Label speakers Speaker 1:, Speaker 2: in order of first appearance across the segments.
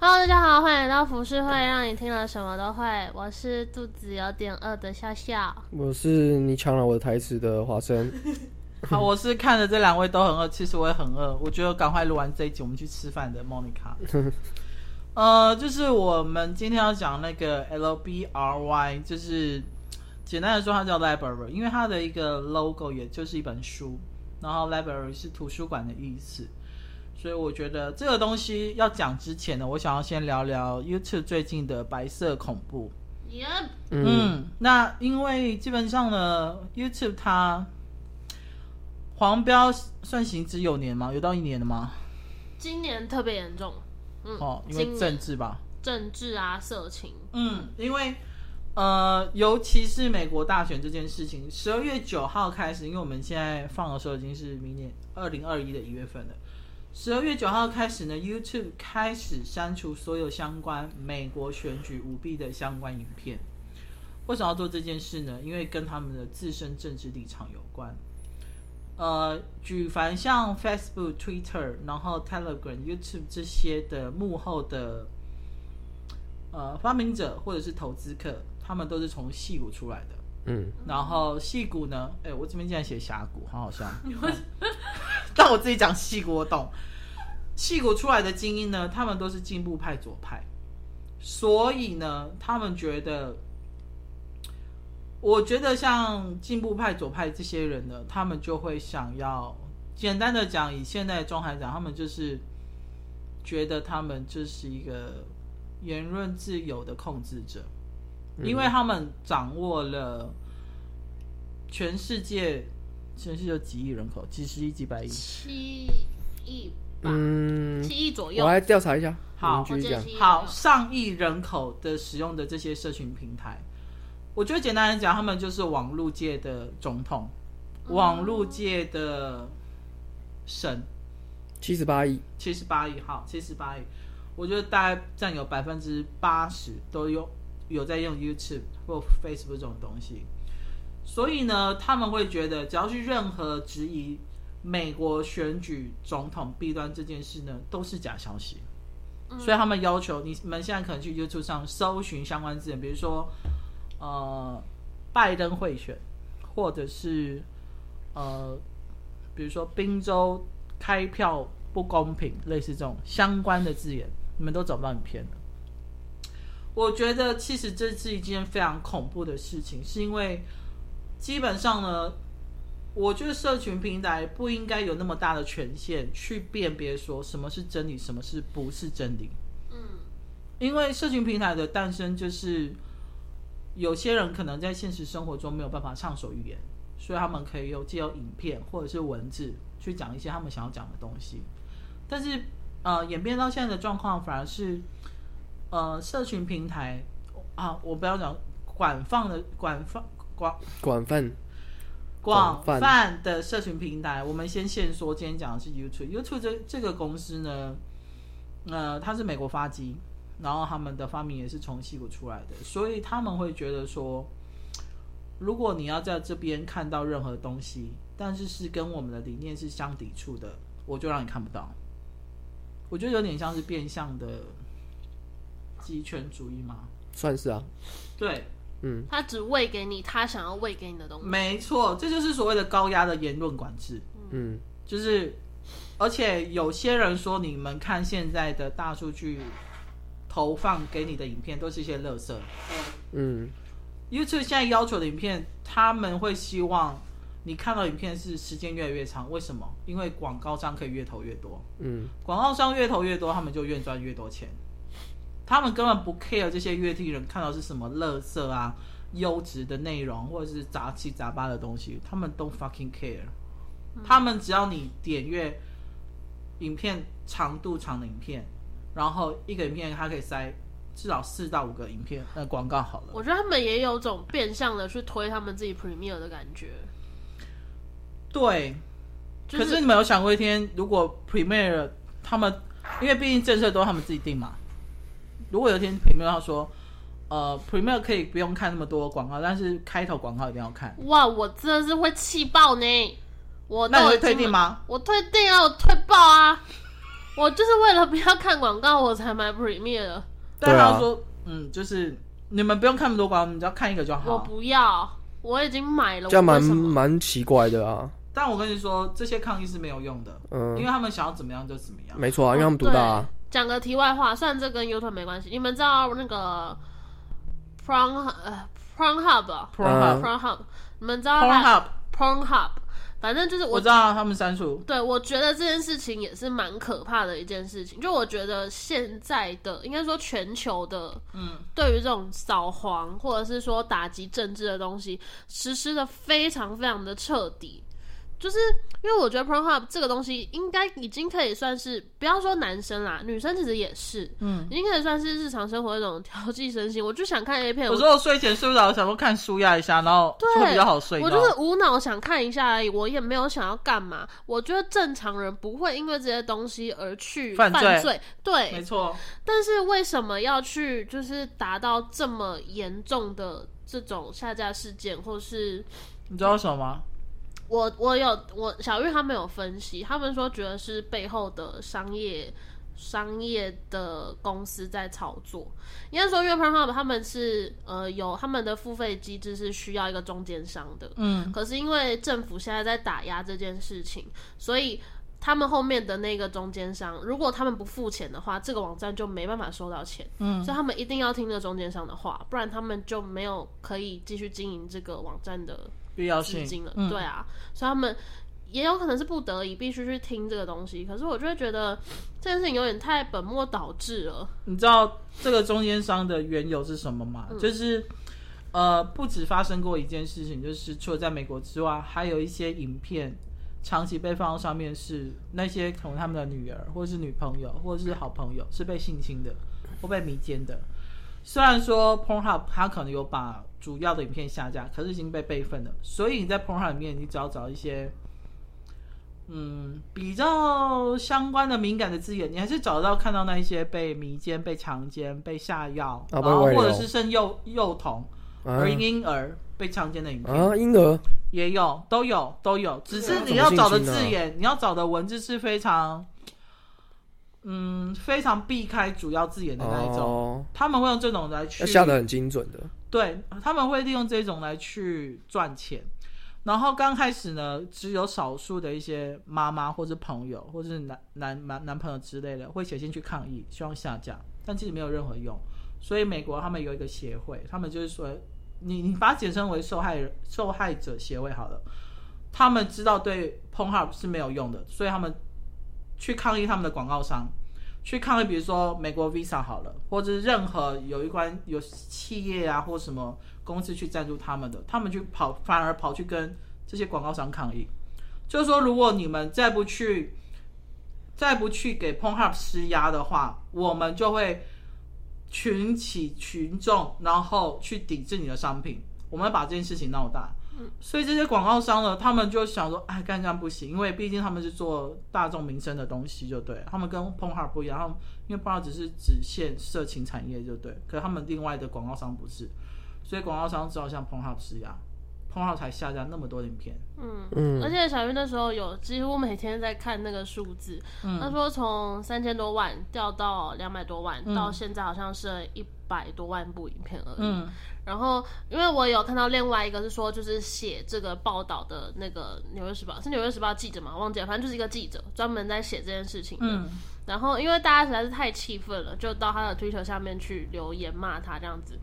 Speaker 1: Hello，大家好，欢迎来到服饰会，让你听了什么都会。我是肚子有点饿的笑笑。
Speaker 2: 我是你抢了我的台词的华生，
Speaker 3: 好，我是看着这两位都很饿，其实我也很饿，我觉得赶快录完这一集，我们去吃饭的 Monica。呃，就是我们今天要讲那个 L B R Y，就是简单的说，它叫 library，因为它的一个 logo 也就是一本书，然后 library 是图书馆的意思，所以我觉得这个东西要讲之前呢，我想要先聊聊 YouTube 最近的白色恐怖。
Speaker 1: 耶、
Speaker 3: 嗯，那因为基本上呢，YouTube 它黄标算行之有年吗？有到一年的吗？
Speaker 1: 今年特别严重，嗯，
Speaker 3: 哦，因
Speaker 1: 今
Speaker 3: 为
Speaker 1: 年
Speaker 3: 政治吧。
Speaker 1: 政治啊，色情，
Speaker 3: 嗯，因为呃，尤其是美国大选这件事情，十二月九号开始，因为我们现在放的时候已经是明年二零二一的一月份了。十二月九号开始呢，YouTube 开始删除所有相关美国选举舞弊的相关影片。为什么要做这件事呢？因为跟他们的自身政治立场有关。呃，举凡像 Facebook、Twitter，然后 Telegram、YouTube 这些的幕后的呃发明者或者是投资客，他们都是从戏骨出来的。
Speaker 2: 嗯，
Speaker 3: 然后戏骨呢，哎、我这边竟然写峡谷，好好笑。但我自己讲戏骨，我懂。戏骨出来的精英呢，他们都是进步派、左派，所以呢，他们觉得，我觉得像进步派、左派这些人呢，他们就会想要，简单的讲，以现在的状态讲，他们就是觉得他们就是一个言论自由的控制者，因为他们掌握了全世界，全世界有几亿人口，几十亿、几百亿。
Speaker 1: 七亿吧，
Speaker 2: 嗯，
Speaker 1: 七亿左右
Speaker 2: 我。来调查一下。
Speaker 3: 好
Speaker 2: 你们继续
Speaker 1: 我
Speaker 2: 讲
Speaker 1: 这。一
Speaker 3: 好，上亿人口的使用的这些社群平台，我觉得简单来讲，他们就是网络界的总统，
Speaker 1: 嗯
Speaker 3: 网络界的神，
Speaker 2: 七十八亿，
Speaker 3: 七十八亿，好，七十八亿，我觉得大概占有百分之八十都有有在用 YouTube 或 Facebook 这种东西，所以呢，他们会觉得只要是任何质疑美国选举总统弊端这件事呢，都是假消息。所以他们要求你们现在可能去 YouTube 上搜寻相关资源，比如说呃拜登贿选，或者是呃比如说宾州开票不公平，类似这种相关的字眼，你们都找不到影片的。我觉得其实这是一件非常恐怖的事情，是因为基本上呢，我觉得社群平台不应该有那么大的权限去辨别说什么是真理，什么是不是真理。
Speaker 1: 嗯，
Speaker 3: 因为社群平台的诞生，就是有些人可能在现实生活中没有办法畅所欲言，所以他们可以有借由影片或者是文字去讲一些他们想要讲的东西。但是，呃，演变到现在的状况，反而是，呃，社群平台啊，我不要讲管放的管放管
Speaker 2: 管饭广
Speaker 3: 广
Speaker 2: 泛
Speaker 3: 泛的社群平台，我们先限说，今天讲的是 YouTube。YouTube 这这个公司呢，呃，它是美国发迹，然后他们的发明也是从戏骨出来的，所以他们会觉得说，如果你要在这边看到任何东西，但是是跟我们的理念是相抵触的，我就让你看不到。我觉得有点像是变相的集权主义嘛。
Speaker 2: 算是啊，
Speaker 3: 对，
Speaker 2: 嗯，
Speaker 1: 他只喂给你他想要喂给你的东西。
Speaker 3: 没错，这就是所谓的高压的言论管制。
Speaker 2: 嗯，
Speaker 3: 就是，而且有些人说，你们看现在的大数据投放给你的影片，都是一些垃圾。
Speaker 2: 嗯，
Speaker 3: YouTube 现在要求的影片，他们会希望你看到影片是时间越来越长，为什么？因为广告商可以越投越多，
Speaker 2: 嗯，
Speaker 3: 广告商越投越多，他们就越赚越多钱。他们根本不 care 这些乐听人看到是什么垃圾啊、优质的内容或者是杂七杂八的东西，他们都 fucking care。他们只要你点阅影片长度长的影片，然后一个影片它可以塞至少四到五个影片，那广告好了。
Speaker 1: 我觉得他们也有种变相的去推他们自己 Premiere 的感觉，
Speaker 3: 对，
Speaker 1: 就
Speaker 3: 可是你们有想过一天，如果 Premiere 他们，因为毕竟政策都是他们自己定嘛，如果有一天 Premiere 他说，呃，Premiere 可以不用看那么多广告，但是开头广告一定要看，
Speaker 1: 哇，我真的是会气爆呢！我
Speaker 3: 那你
Speaker 1: 都
Speaker 3: 会
Speaker 1: 已经
Speaker 3: 退订吗？
Speaker 1: 我退订啊，我退爆啊！我就是为了不要看广告，我才买 Premiere 的。
Speaker 3: 但
Speaker 2: 对啊
Speaker 3: 他说，嗯，就是你们不用看那么多广告，你只要看一个就
Speaker 1: 我
Speaker 3: 好。
Speaker 1: 不要，我已经买了。
Speaker 2: 这样
Speaker 1: 我为
Speaker 2: 蛮
Speaker 1: 什么？
Speaker 2: 蛮奇怪的啊。
Speaker 3: 但我跟你说，这些抗议是没有用的，因为
Speaker 2: 嗯，
Speaker 3: 他们想要怎么样就怎么样。
Speaker 2: 没错啊，因为他们独大啊。
Speaker 1: 讲个题外话，虽然这跟 YouTube 没关系，你们知道那个 Porn 呃 Pornhub 哦
Speaker 2: 嗯
Speaker 3: Pornhub、
Speaker 1: Pornhub，你们知道它
Speaker 3: Pornhub，
Speaker 1: Pornhub，反正就是
Speaker 3: 我
Speaker 1: 啊我
Speaker 3: 知道啊他们删除。
Speaker 1: 对，我觉得这件事情也是蛮可怕的一件事情。就我觉得现在的，应该说全球的，
Speaker 3: 嗯，
Speaker 1: 对于这种扫黄或者是说打击政治的东西，实施的非常非常的彻底。就是因为我觉得 Pornhub 这个东西应该已经可以算是，不要说男生啦，女生其实也是，
Speaker 3: 嗯，
Speaker 1: 已经可以算是日常生活一种调剂身心。我就想看 A 片，
Speaker 3: 有
Speaker 1: 我
Speaker 3: 时候睡前睡不着，想说看舒压一下，然后就会比较好睡
Speaker 1: 我
Speaker 3: 觉。
Speaker 1: 就是无脑想看一下而已，我也没有想要干嘛。我觉得正常人不会因为这些东西而去
Speaker 3: 犯
Speaker 1: 犯
Speaker 3: 罪没
Speaker 1: 对。
Speaker 3: 错，
Speaker 1: 但是为什么要去就是达到这么严重的这种下架事件，或是
Speaker 3: 你知道为什么吗？
Speaker 1: 我我有我小玉他们有分析，他们说觉得是背后的商业商业的公司在操作。应该说，因为 Pornhub 他们是呃有他们的付费机制是需要一个中间商的，
Speaker 3: 嗯，
Speaker 1: 可是因为政府现在在打压这件事情，所以他们后面的那个中间商，如果他们不付钱的话，这个网站就没办法收到钱。
Speaker 3: 嗯，
Speaker 1: 所以他们一定要听这中间商的话，不然他们就没有可以继续经营这个网站的
Speaker 3: 必要
Speaker 1: 资
Speaker 3: 性
Speaker 1: 金了。
Speaker 3: 嗯
Speaker 1: 对啊，所以他们也有可能是不得已必须去听这个东西。可是我就会觉得这件事情有点太本末倒置了。
Speaker 3: 你知道这个中间商的缘由是什么吗？
Speaker 1: 嗯
Speaker 3: 就是呃，不止发生过一件事情，就是除了在美国之外，还有一些影片长期被放到上面是，那些可能他们的女儿或是女朋友或是好朋友是被性侵的或被迷奸的。虽然说 Pornhub 它可能有把主要的影片下架，可是已经被备份了，所以你在 Pornhub 里面，你只要找一些。嗯，比较相关的敏感的字眼，你还是找得到看到那一些被迷奸、被强奸、被下药，
Speaker 2: 啊
Speaker 3: 然
Speaker 2: 被
Speaker 3: 后
Speaker 2: 喂
Speaker 3: 或者
Speaker 2: 肉
Speaker 3: 是甚幼幼童、
Speaker 2: 啊
Speaker 3: 儿婴儿被强奸的影片、
Speaker 2: 啊，婴儿
Speaker 3: 也有，都有，都有。只是
Speaker 2: 这
Speaker 3: 你
Speaker 2: 个
Speaker 3: 要
Speaker 2: 要怎么
Speaker 3: 找的
Speaker 2: 进行呢
Speaker 3: 字眼，你要找的文字是非常，嗯，非常避开主要字眼的那一种。
Speaker 2: 哦，
Speaker 3: 他们会用这种来去
Speaker 2: 要下的很精准的。
Speaker 3: 对，他们会利用这种来去赚钱。然后刚开始呢，只有少数的一些妈妈或是朋友，或是男男男男朋友之类的，会写信去抗议，希望下架，但其实没有任何用。所以美国他们有一个协会，他们就是说，你你把它简称为受害人受害者协会好了。他们知道对 Pornhub 是没有用的，所以他们去抗议他们的广告商，去抗议，比如说美国 Visa 好了，或者是任何有一关有企业啊或什么公司去赞助他们的，他们去跑反而跑去跟这些广告商抗议，就是说如果你们再不去再不去给 Pornhub 施压的话，我们就会群起群众，然后去抵制你的商品，我们把这件事情闹大。所以这些广告商呢，他们就想说，哎，干这样不行，因为毕竟他们是做大众民生的东西，就对了，他们跟 Pornhub 不一样，他们因为 Pornhub 只是只限色情产业，就对，可是他们另外的广告商不是，所以广告商只好向 Pornhub 施压，Pornhub 才下架那么多的影片，
Speaker 1: 嗯，
Speaker 2: 嗯
Speaker 1: 而且小云那时候有几乎每天在看那个数字，
Speaker 3: 嗯
Speaker 1: 他说从三千多万掉到两百多万，到现在好像是一百多万部影片而已。
Speaker 3: 嗯，
Speaker 1: 然后，因为我有看到另外一个是说，就是写这个报道的那个《纽约时报》是《纽约时报》记者嘛，忘记了，反正就是一个记者专门在写这件事情的。
Speaker 3: 嗯
Speaker 1: 然后因为大家实在是太气愤了，就到他的推特下面去留言骂他这样子。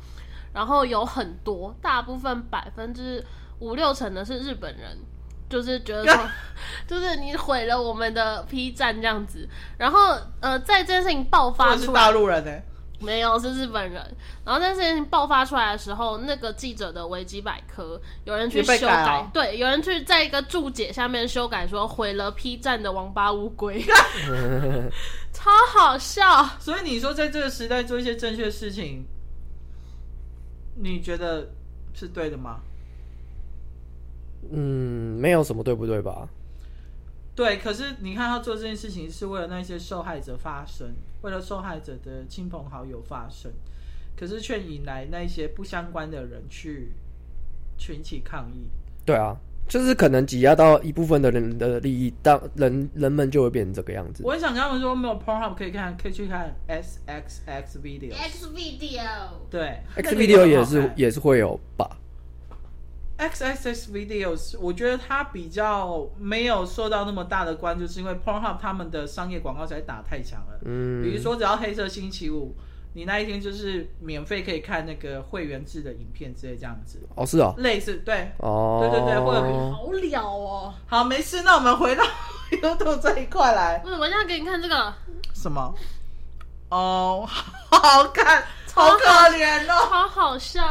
Speaker 1: 然后有很多，大部分百分之五六成的是日本人，就是觉得 说，就是你毁了我们的 P 站这样子。然后呃，在这件事情爆
Speaker 3: 或
Speaker 1: 发
Speaker 3: 者是
Speaker 1: 出
Speaker 3: 大
Speaker 1: 来，
Speaker 3: 陆人呢、
Speaker 1: 没有是日本人。然后这件事情爆发出来的时候，那个记者的维基百科有人去
Speaker 3: 也被
Speaker 1: 修
Speaker 3: 改
Speaker 1: 改，
Speaker 3: 哦
Speaker 1: 对，有人去在一个注解下面修改说毁了 P 站的王八乌 龟，超好笑。
Speaker 3: 所以你说在这个时代做一些正确的事情，你觉得是对的吗？
Speaker 2: 嗯，没有什么对不对吧？
Speaker 3: 对，可是你看他做这件事情是为了那些受害者发声，为了受害者的亲朋好友发声，可是却引来那些不相关的人去群起抗议。
Speaker 2: 对啊，就是可能挤压到一部分的人的利益，当人人们就会变成这个样子。
Speaker 3: 我很想跟他们说，没有 Pornhub 可以看，可以去看 S X X Video。
Speaker 1: X Video
Speaker 3: 对
Speaker 2: X video 也
Speaker 3: 那个很好
Speaker 2: 是
Speaker 3: 看
Speaker 2: 也是会有吧，
Speaker 3: X X X Videos，我觉得它比较没有受到那么大的关注，是因为 Pornhub 他们的商业广告实在打得太强了。
Speaker 2: 嗯，
Speaker 3: 比如说，只要黑色星期五，你那一天就是免费可以看那个会员制的影片之类这样子，
Speaker 2: 哦是哦，
Speaker 3: 类似对。
Speaker 2: 哦，
Speaker 3: 对对对会有
Speaker 1: 好了哦，
Speaker 3: 好，没事，那我们回到 YouTube 这一块来。
Speaker 1: 嗯，我现在给你看这个
Speaker 3: 什么？哦， 好看，好可怜哦。
Speaker 1: 好好笑，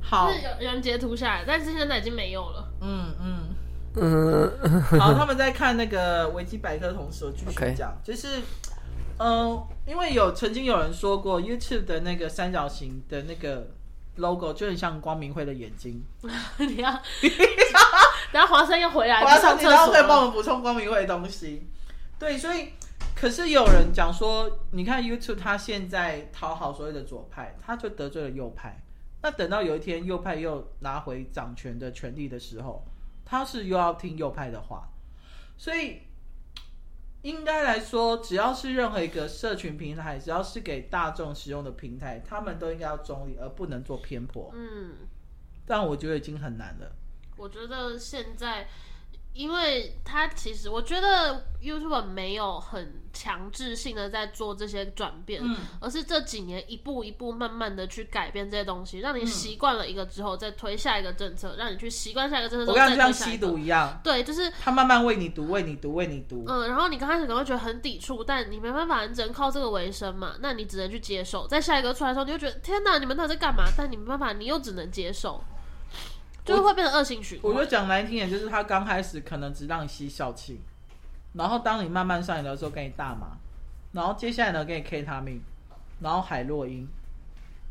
Speaker 3: 好
Speaker 1: 就，是有有人截图下来，但是现在已经没有了。
Speaker 3: 嗯嗯。
Speaker 2: 嗯，
Speaker 3: 好，他们在看那个维基百科的同时，我继续
Speaker 2: OK
Speaker 3: 讲就是，呃，因为有曾经有人说过，YouTube 的那个三角形的那个 logo 就很像光明会的眼睛。
Speaker 1: 你要， 等下华生要回来，
Speaker 3: 我要
Speaker 1: 去上
Speaker 3: 上
Speaker 1: 厕
Speaker 3: 然后
Speaker 1: 所
Speaker 3: 可以帮我
Speaker 1: 了。
Speaker 3: 们补充光明会的东西。对，所以可是有人讲说，你看 YouTube 它现在讨好所谓的左派，它就得罪了右派。那等到有一天右派又拿回掌权的权利的时候，他是又要听右派的话，所以。应该来说，只要是任何一个社群平台，只要是给大众使用的平台，他们都应该要中立，而不能做偏颇。
Speaker 1: 嗯，
Speaker 3: 但我觉得已经很难了。
Speaker 1: 我觉得现在，因为他其实我觉得 YouTube 没有很强制性的在做这些转变，
Speaker 3: 嗯
Speaker 1: 而是这几年一步一步慢慢的去改变这些东西，让
Speaker 3: 嗯
Speaker 1: 你习惯了一个之后，再推下一个政策，让你去习惯下一个政策之
Speaker 3: 我
Speaker 1: 后
Speaker 3: 刚
Speaker 1: 再
Speaker 3: 刚
Speaker 1: 推
Speaker 3: 就像
Speaker 1: 下一
Speaker 3: 吸
Speaker 1: 个。
Speaker 3: 毒一样，
Speaker 1: 对，就是
Speaker 3: 他慢慢为你读，为你读，为你读。
Speaker 1: 嗯，然后你刚开始可能会觉得很抵触，但你没办法，你只能靠这个为生嘛，那你只能去接受。在下一个出来的时候，你就觉得天哪，你们到底在干嘛？但你没办法，你又只能接受，就是会变成恶性循
Speaker 3: 我
Speaker 1: 环。
Speaker 3: 就讲难听点，就是他刚开始可能只让你吸笑气，然后当你慢慢上瘾的时候，给你大麻，然后接下来呢给你 K 他命，然后海洛因，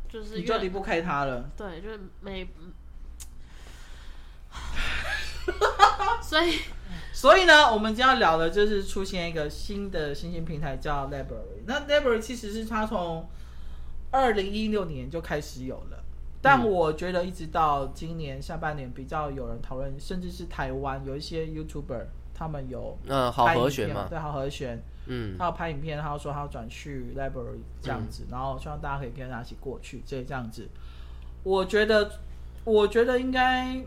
Speaker 1: 就是
Speaker 3: 你就
Speaker 1: 越
Speaker 3: 离不开他了。
Speaker 1: 对，就是 没，所以
Speaker 3: 所以呢，我们今天要聊的就是出现一个新的新兴平台叫 Library。那 Library 其实是它从二零一六年就开始有了，
Speaker 1: 嗯
Speaker 3: 但我觉得一直到今年下半年比较有人讨论，甚至是台湾有一些 YouTuber 他们有
Speaker 2: 嗯，好
Speaker 3: 拍影
Speaker 2: 和弦
Speaker 3: 片
Speaker 2: 嘛，
Speaker 3: 对，好和弦。
Speaker 2: 嗯，
Speaker 3: 他要拍影片，他要说他要转去 library 这样子，然后希望大家可以跟他一起过去，这这样子。我觉得，我觉得应该，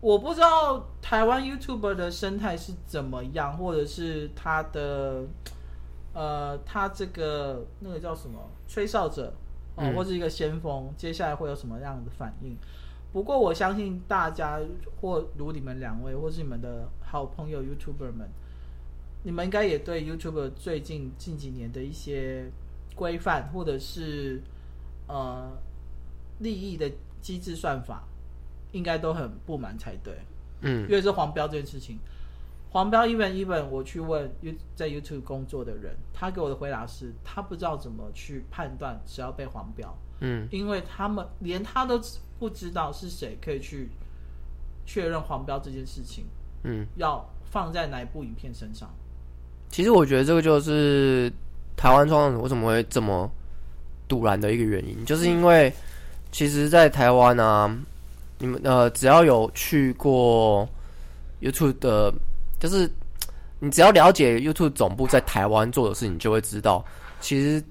Speaker 3: 我不知道台湾 YouTuber 的生态是怎么样，或者是他的，呃，他这个那个叫什么吹哨者，哦、
Speaker 2: 嗯
Speaker 3: 或是一个先锋，接下来会有什么样的反应？不过我相信大家，或如你们两位，或是你们的好朋友 YouTuber 们，你们应该也对 YouTube 最近近几年的一些规范或者是呃利益的机制算法，应该都很不满才对。
Speaker 2: 嗯，
Speaker 3: 因为是黄标这件事情，黄标一本一本，我去问 You 在 YouTube 工作的人，他给我的回答是他不知道怎么去判断谁要被黄标，
Speaker 2: 嗯，
Speaker 3: 因为他们连他都不知道是谁可以去确认黄标这件事情
Speaker 2: 嗯，
Speaker 3: 要放在哪一部影片身上。
Speaker 2: 其实我觉得这个就是台湾创作者为什么会这么突然的一个原因，就是因
Speaker 3: 嗯
Speaker 2: 为其实，在台湾啊，你们呃，只要有去过 YouTube 的，就是你只要了解 YouTube 总部在台湾做的事情，你就会知道，其实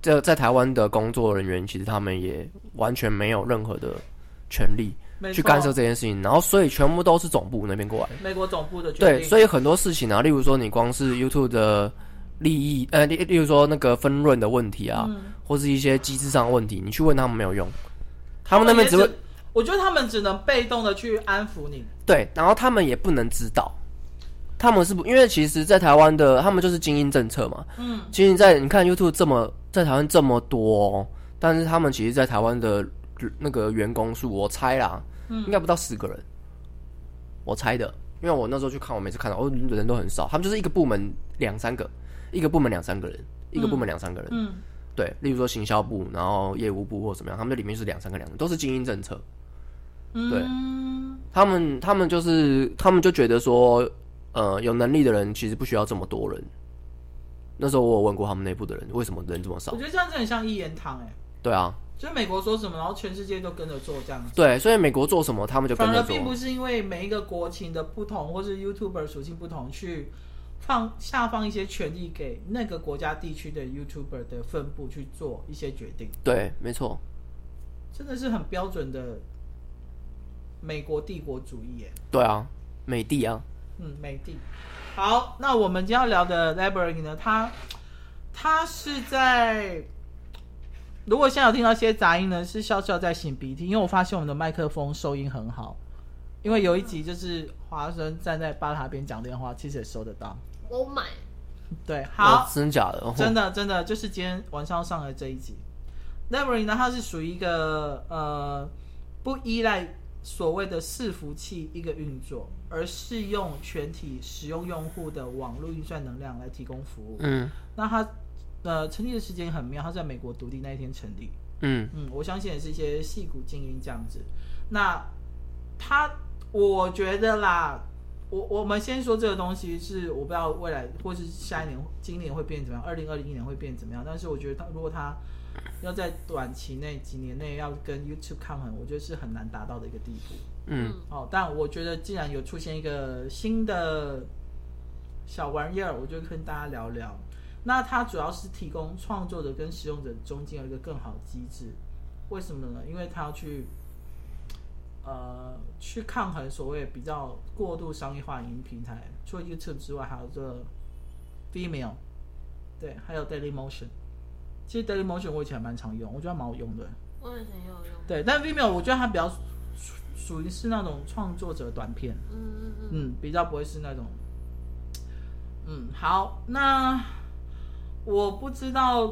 Speaker 2: 这在台湾的工作人员，其实他们也完全没有任何的权利
Speaker 3: 没
Speaker 2: 去
Speaker 3: 错
Speaker 2: 干涉这件事情，然后所以全部都是总部那边过来的。
Speaker 3: 美国总部的决定。
Speaker 2: 对，所以很多事情啊，例如说你光是 YouTube 的利益，呃，例例如说那个分润的问题啊，
Speaker 3: 嗯
Speaker 2: 或是一些机制上的问题，你去问他们没有用，他们那边只
Speaker 3: 也
Speaker 2: 会
Speaker 3: 我觉得他们只能被动的去安抚你。
Speaker 2: 对，然后他们也不能知道，他们是不因为其实，在台湾的他们就是精英政策嘛，嗯，其实在你看 YouTube 这么在台湾这么多、哦，但是他们其实，在台湾的那个员工数，我猜啦，
Speaker 3: 嗯
Speaker 2: 应该不到十个人，我猜的，因为我那时候去看，我每次看到哦人都很少，他们就是一个部门两三个，一个部门两三个人，一个部门两三个人，
Speaker 3: 嗯，
Speaker 2: 对，例如说行销部，然后业务部或怎么样，他们这里面就是两三个两个，都是精英政策。对
Speaker 3: 嗯，
Speaker 2: 他们他们就是他们就觉得说，呃，有能力的人其实不需要这么多人。那时候我有问过他们内部的人，为什么人这么
Speaker 3: 我
Speaker 2: 少？
Speaker 3: 觉得这样子很像一言堂哎、
Speaker 2: 对啊，
Speaker 3: 就是美国说什么，然后全世界都跟着做这样子。
Speaker 2: 对，所以美国做什么，他们就跟
Speaker 3: 反而
Speaker 2: 着做
Speaker 3: 并。不是因为每一个国情的不同，或是 YouTuber 属性不同，去放下放一些权利给那个国家地区的 YouTuber 的分布去做一些决定，
Speaker 2: 对，没错，
Speaker 3: 真的是很标准的美国帝国主义欸耶。
Speaker 2: 对啊，美的啊，
Speaker 3: 嗯，美帝。好，那我们今天要聊的 Library 呢，它它是在，如果现在有听到一些杂音呢，是笑笑在擤鼻涕，因为我发现我们的麦克风收音很好，因为有一集就是华生站在吧台边讲电话，其实也收得到。
Speaker 1: 我买，
Speaker 3: 对，好，
Speaker 2: 哦真假的，
Speaker 3: 真
Speaker 2: 的，
Speaker 3: 的真的就是今天晚上上的这一集。Library 呢，它是属于一个呃不依赖所谓的伺服器一个运作，而是用全体使用用户的网络运算能量来提供服务。
Speaker 2: 嗯
Speaker 3: 那它呃成立的时间很妙，它在美国独立那一天成立。
Speaker 2: 嗯，
Speaker 3: 嗯，我相信也是一些戏骨精英这样子。那他，我觉得啦，我我们先说这个东西是我不知道未来或是下一年、今年会变怎么样，二零二零年会变怎么样。但是我觉得他如果他要在短期内几年内要跟 YouTube 抗衡，我觉得是很难达到的一个地步。
Speaker 2: 嗯，
Speaker 3: 哦，但我觉得既然有出现一个新的小玩意儿，我就跟大家聊聊。那它主要是提供创作者跟使用者中间有一个更好的机制，为什么呢？因为它要去呃去抗衡所谓比较过度商业化影音平台，除了 YouTube 之外，还有这个 Vimeo，对，还有 Dailymotion。其实 Dailymotion 我以前还蛮常用，我觉得蛮好用的。
Speaker 1: 我以前也有用，
Speaker 3: 对，但 Vimeo 我觉得它比较属属于是那种创作者短片，
Speaker 1: 嗯嗯嗯，
Speaker 3: 嗯，比较不会是那种，嗯，好，那我不知道，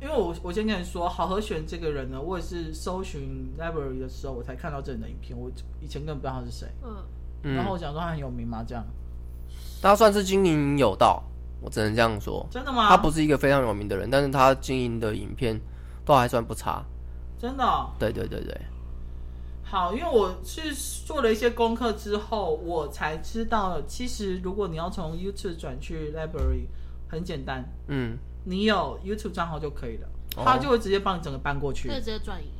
Speaker 3: 因为我我先跟你说，郝和弦这个人呢，我也是搜寻 library 的时候，我才看到这人的影片，我以前根本不知道他是谁，
Speaker 1: 嗯，
Speaker 2: 嗯哦
Speaker 3: 然后我想说他很有名吗？这样
Speaker 2: 他算是经营有道，我只能这样说。
Speaker 3: 真的吗？
Speaker 2: 他不是一个非常有名的人，但是他经营的影片都还算不差。
Speaker 3: 真的哦、
Speaker 2: 对对对对，
Speaker 3: 好，因为我是做了一些功课之后，我才知道，其实如果你要从 YouTube 转去 Library，很简单，
Speaker 2: 嗯，
Speaker 3: 你有 YouTube 账号就可以了，
Speaker 2: 哦
Speaker 3: 它就会直接帮你整个搬过去。
Speaker 1: 可以直接转移，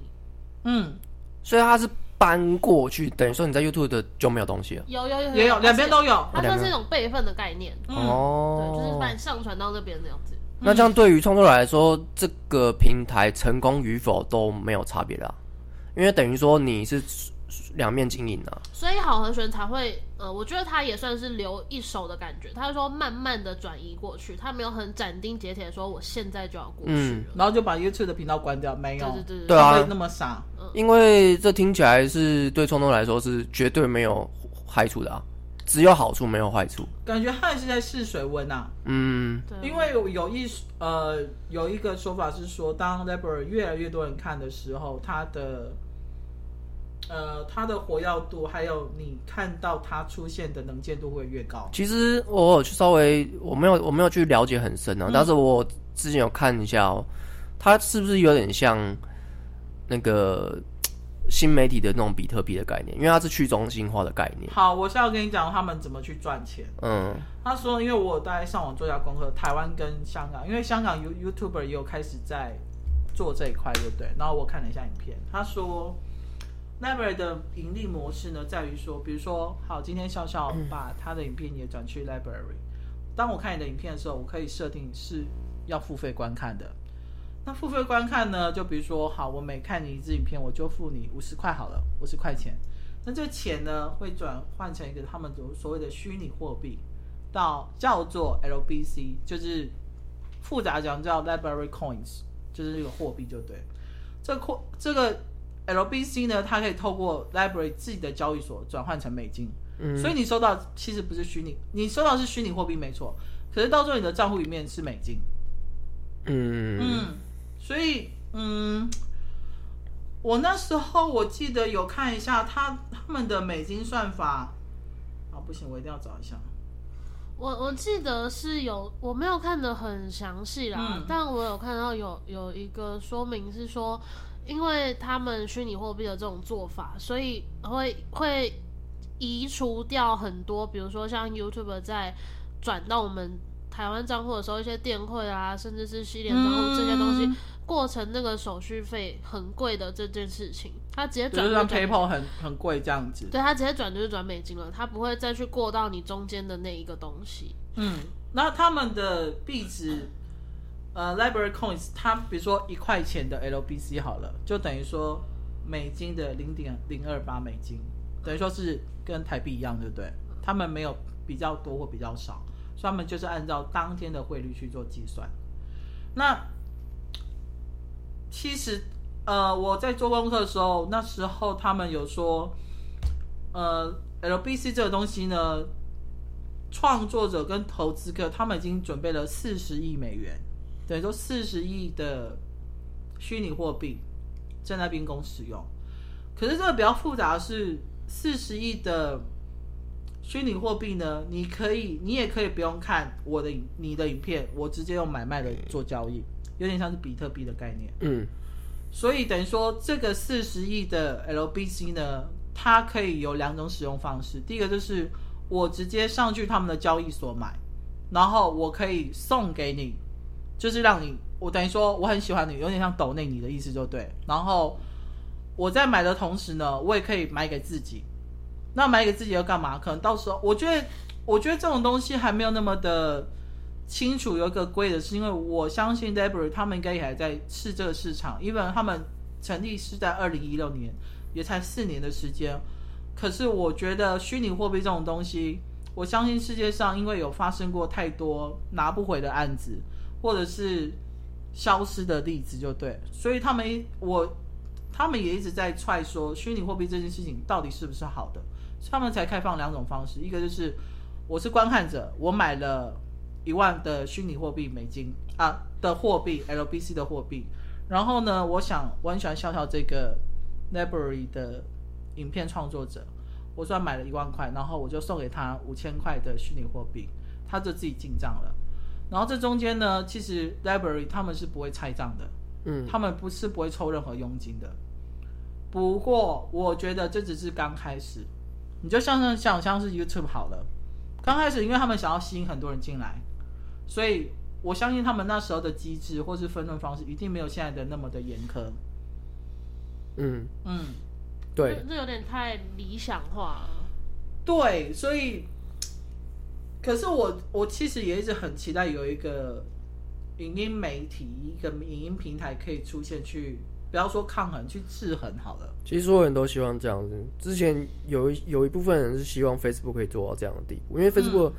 Speaker 3: 嗯，
Speaker 2: 所以他是搬过去，等于说你在 YouTube 的就没有东西了。
Speaker 1: 有有有
Speaker 3: 也有，两边都有。
Speaker 1: 它算是一种备份的概念，
Speaker 3: 嗯，
Speaker 2: 哦，
Speaker 1: 对，就是把你上传到那边那样子。
Speaker 2: 那这样对于创作者来说，这个平台成功与否都没有差别啦，因为等于说你是两面经营啊。
Speaker 1: 所以好和弦才会，呃，我觉得他也算是留一手的感觉。他是说慢慢的转移过去，他没有很斩钉截铁地说我现在就要过去了。
Speaker 3: 然后就把 YouTube 的频道关掉，嗯没有，
Speaker 1: 对对对
Speaker 2: 对啊
Speaker 3: 不会那么傻。
Speaker 1: 嗯
Speaker 2: 因为这听起来是对创作者来说是绝对没有害处的啊，只有好处没有坏处。
Speaker 3: 感觉他也是在试水温呐、
Speaker 2: 嗯
Speaker 1: 对，
Speaker 3: 因为有一呃有一个说法是说，当 Library 越来越多人看的时候，它的呃它的活跃度，还有你看到它出现的能见度会越高。
Speaker 2: 其实我有去稍微我没有我没有去了解很深啊，但是我之前有看一下哦，它是不是有点像那个新媒体的那种比特币的概念？因为它是去中心化的概念。
Speaker 3: 好，我是要跟你讲他们怎么去赚钱。
Speaker 2: 嗯
Speaker 3: 他说，因为我有大概上网做一下功课，台湾跟香港，因为香港 You YouTuber 也有开始在做这一块，对不对？然后我看了一下影片，他说 n e v e r 的盈利模式呢，在于说，比如说，好，今天笑笑把他的影片也转去 Library，当我看你的影片的时候，我可以设定是要付费观看的。那付费观看呢？就比如说，好，我每看你一支影片，我就付你五十块好了，五十块钱。那这钱呢，会转换成一个他们所谓的虚拟货币，到叫做 LBC，就是复杂讲叫 Library Coins，就是这个货币就对。这个货这个 LBC 呢，它可以透过 Library 自己的交易所转换成美金，
Speaker 2: 嗯，
Speaker 3: 所以你收到其实不是虚拟，你收到是虚拟货币没错，可是到最后你的账户里面是美金。
Speaker 2: 嗯，
Speaker 3: 嗯，所以嗯，我那时候我记得有看一下他他们的美金算法，啊不行，我一定要找一下。
Speaker 1: 我我记得是有，我没有看得很详细啦，
Speaker 3: 嗯
Speaker 1: 但我有看到有有一个说明是说，因为他们虚拟货币的这种做法，所以会会移除掉很多，比如说像 YouTube 在转到我们台湾账户的时候，一些电汇啊，甚至是西联账户这些东西，
Speaker 3: 嗯
Speaker 1: 过程那个手续费很贵的这件事情，他直接
Speaker 3: 就
Speaker 1: 转
Speaker 3: 是
Speaker 1: 就
Speaker 3: 让
Speaker 1: 转美金
Speaker 3: PayPal 很很贵这样子。
Speaker 1: 对他直接转就是转美金了，他不会再去过到你中间的那一个东西。
Speaker 3: 嗯，那他们的币值，呃，Library Coins，它比如说一块钱的 LBC 好了，就等于说美金的零点零二八美金，等于说是跟台币一样，对不对？他们没有比较多或比较少，所以他们就是按照当天的汇率去做计算。那其实，呃，我在做功课的时候，那时候他们有说，呃，LBC 这个东西呢，创作者跟投资客他们已经准备了四十亿美元，等于说四十亿的虚拟货币正在兵工使用。可是这个比较复杂的是，四十亿的虚拟货币呢，你可以，你也可以不用看我的影你的影片，我直接用买卖的做交易，有点像是比特币的概念。
Speaker 2: 嗯，
Speaker 3: 所以等于说，这个四十亿的 LBC 呢，它可以有两种使用方式。第一个就是我直接上去他们的交易所买，然后我可以送给你，就是让你，我等于说我很喜欢你，有点像抖内你的意思就对。然后我在买的同时呢，我也可以买给自己。那买给自己要干嘛？可能到时候我觉得，我觉得这种东西还没有那么的清楚有一个规则，是因为我相信 Debra 他们应该也还在试这个市场，因为他们成立是在二零一六年，也才四年的时间。可是我觉得虚拟货币这种东西，我相信世界上因为有发生过太多拿不回的案子，或者是消失的例子，就对，所以他们一我他们也一直在踹说虚拟货币这件事情到底是不是好的，所以他们才开放两种方式，一个就是我是观看者，我买了。一万的虚拟货币美金啊的货币 LBC 的货币。然后呢，我想我很喜欢笑笑这个 Library 的影片创作者，我虽然买了一万块，然后我就送给他五千块的虚拟货币，他就自己进账了。然后这中间呢，其实 Library 他们是不会拆账的，
Speaker 2: 嗯，
Speaker 3: 他们不是不会抽任何佣金的。不过我觉得这只是刚开始，你就像像像像是 YouTube 好了，刚开始因为他们想要吸引很多人进来，所以我相信他们那时候的机制或是分论方式一定没有现在的那么的严苛。
Speaker 2: 嗯，
Speaker 3: 嗯，
Speaker 2: 对
Speaker 1: 这，这有点太理想化了。
Speaker 3: 对，所以，可是我我其实也一直很期待有一个影音媒体、一个影音平台可以出现去，不要说抗衡，去制衡好了。
Speaker 2: 其实所有人都希望这样子。之前有一有一部分人是希望 Facebook 可以做到这样的地步，因为 Facebook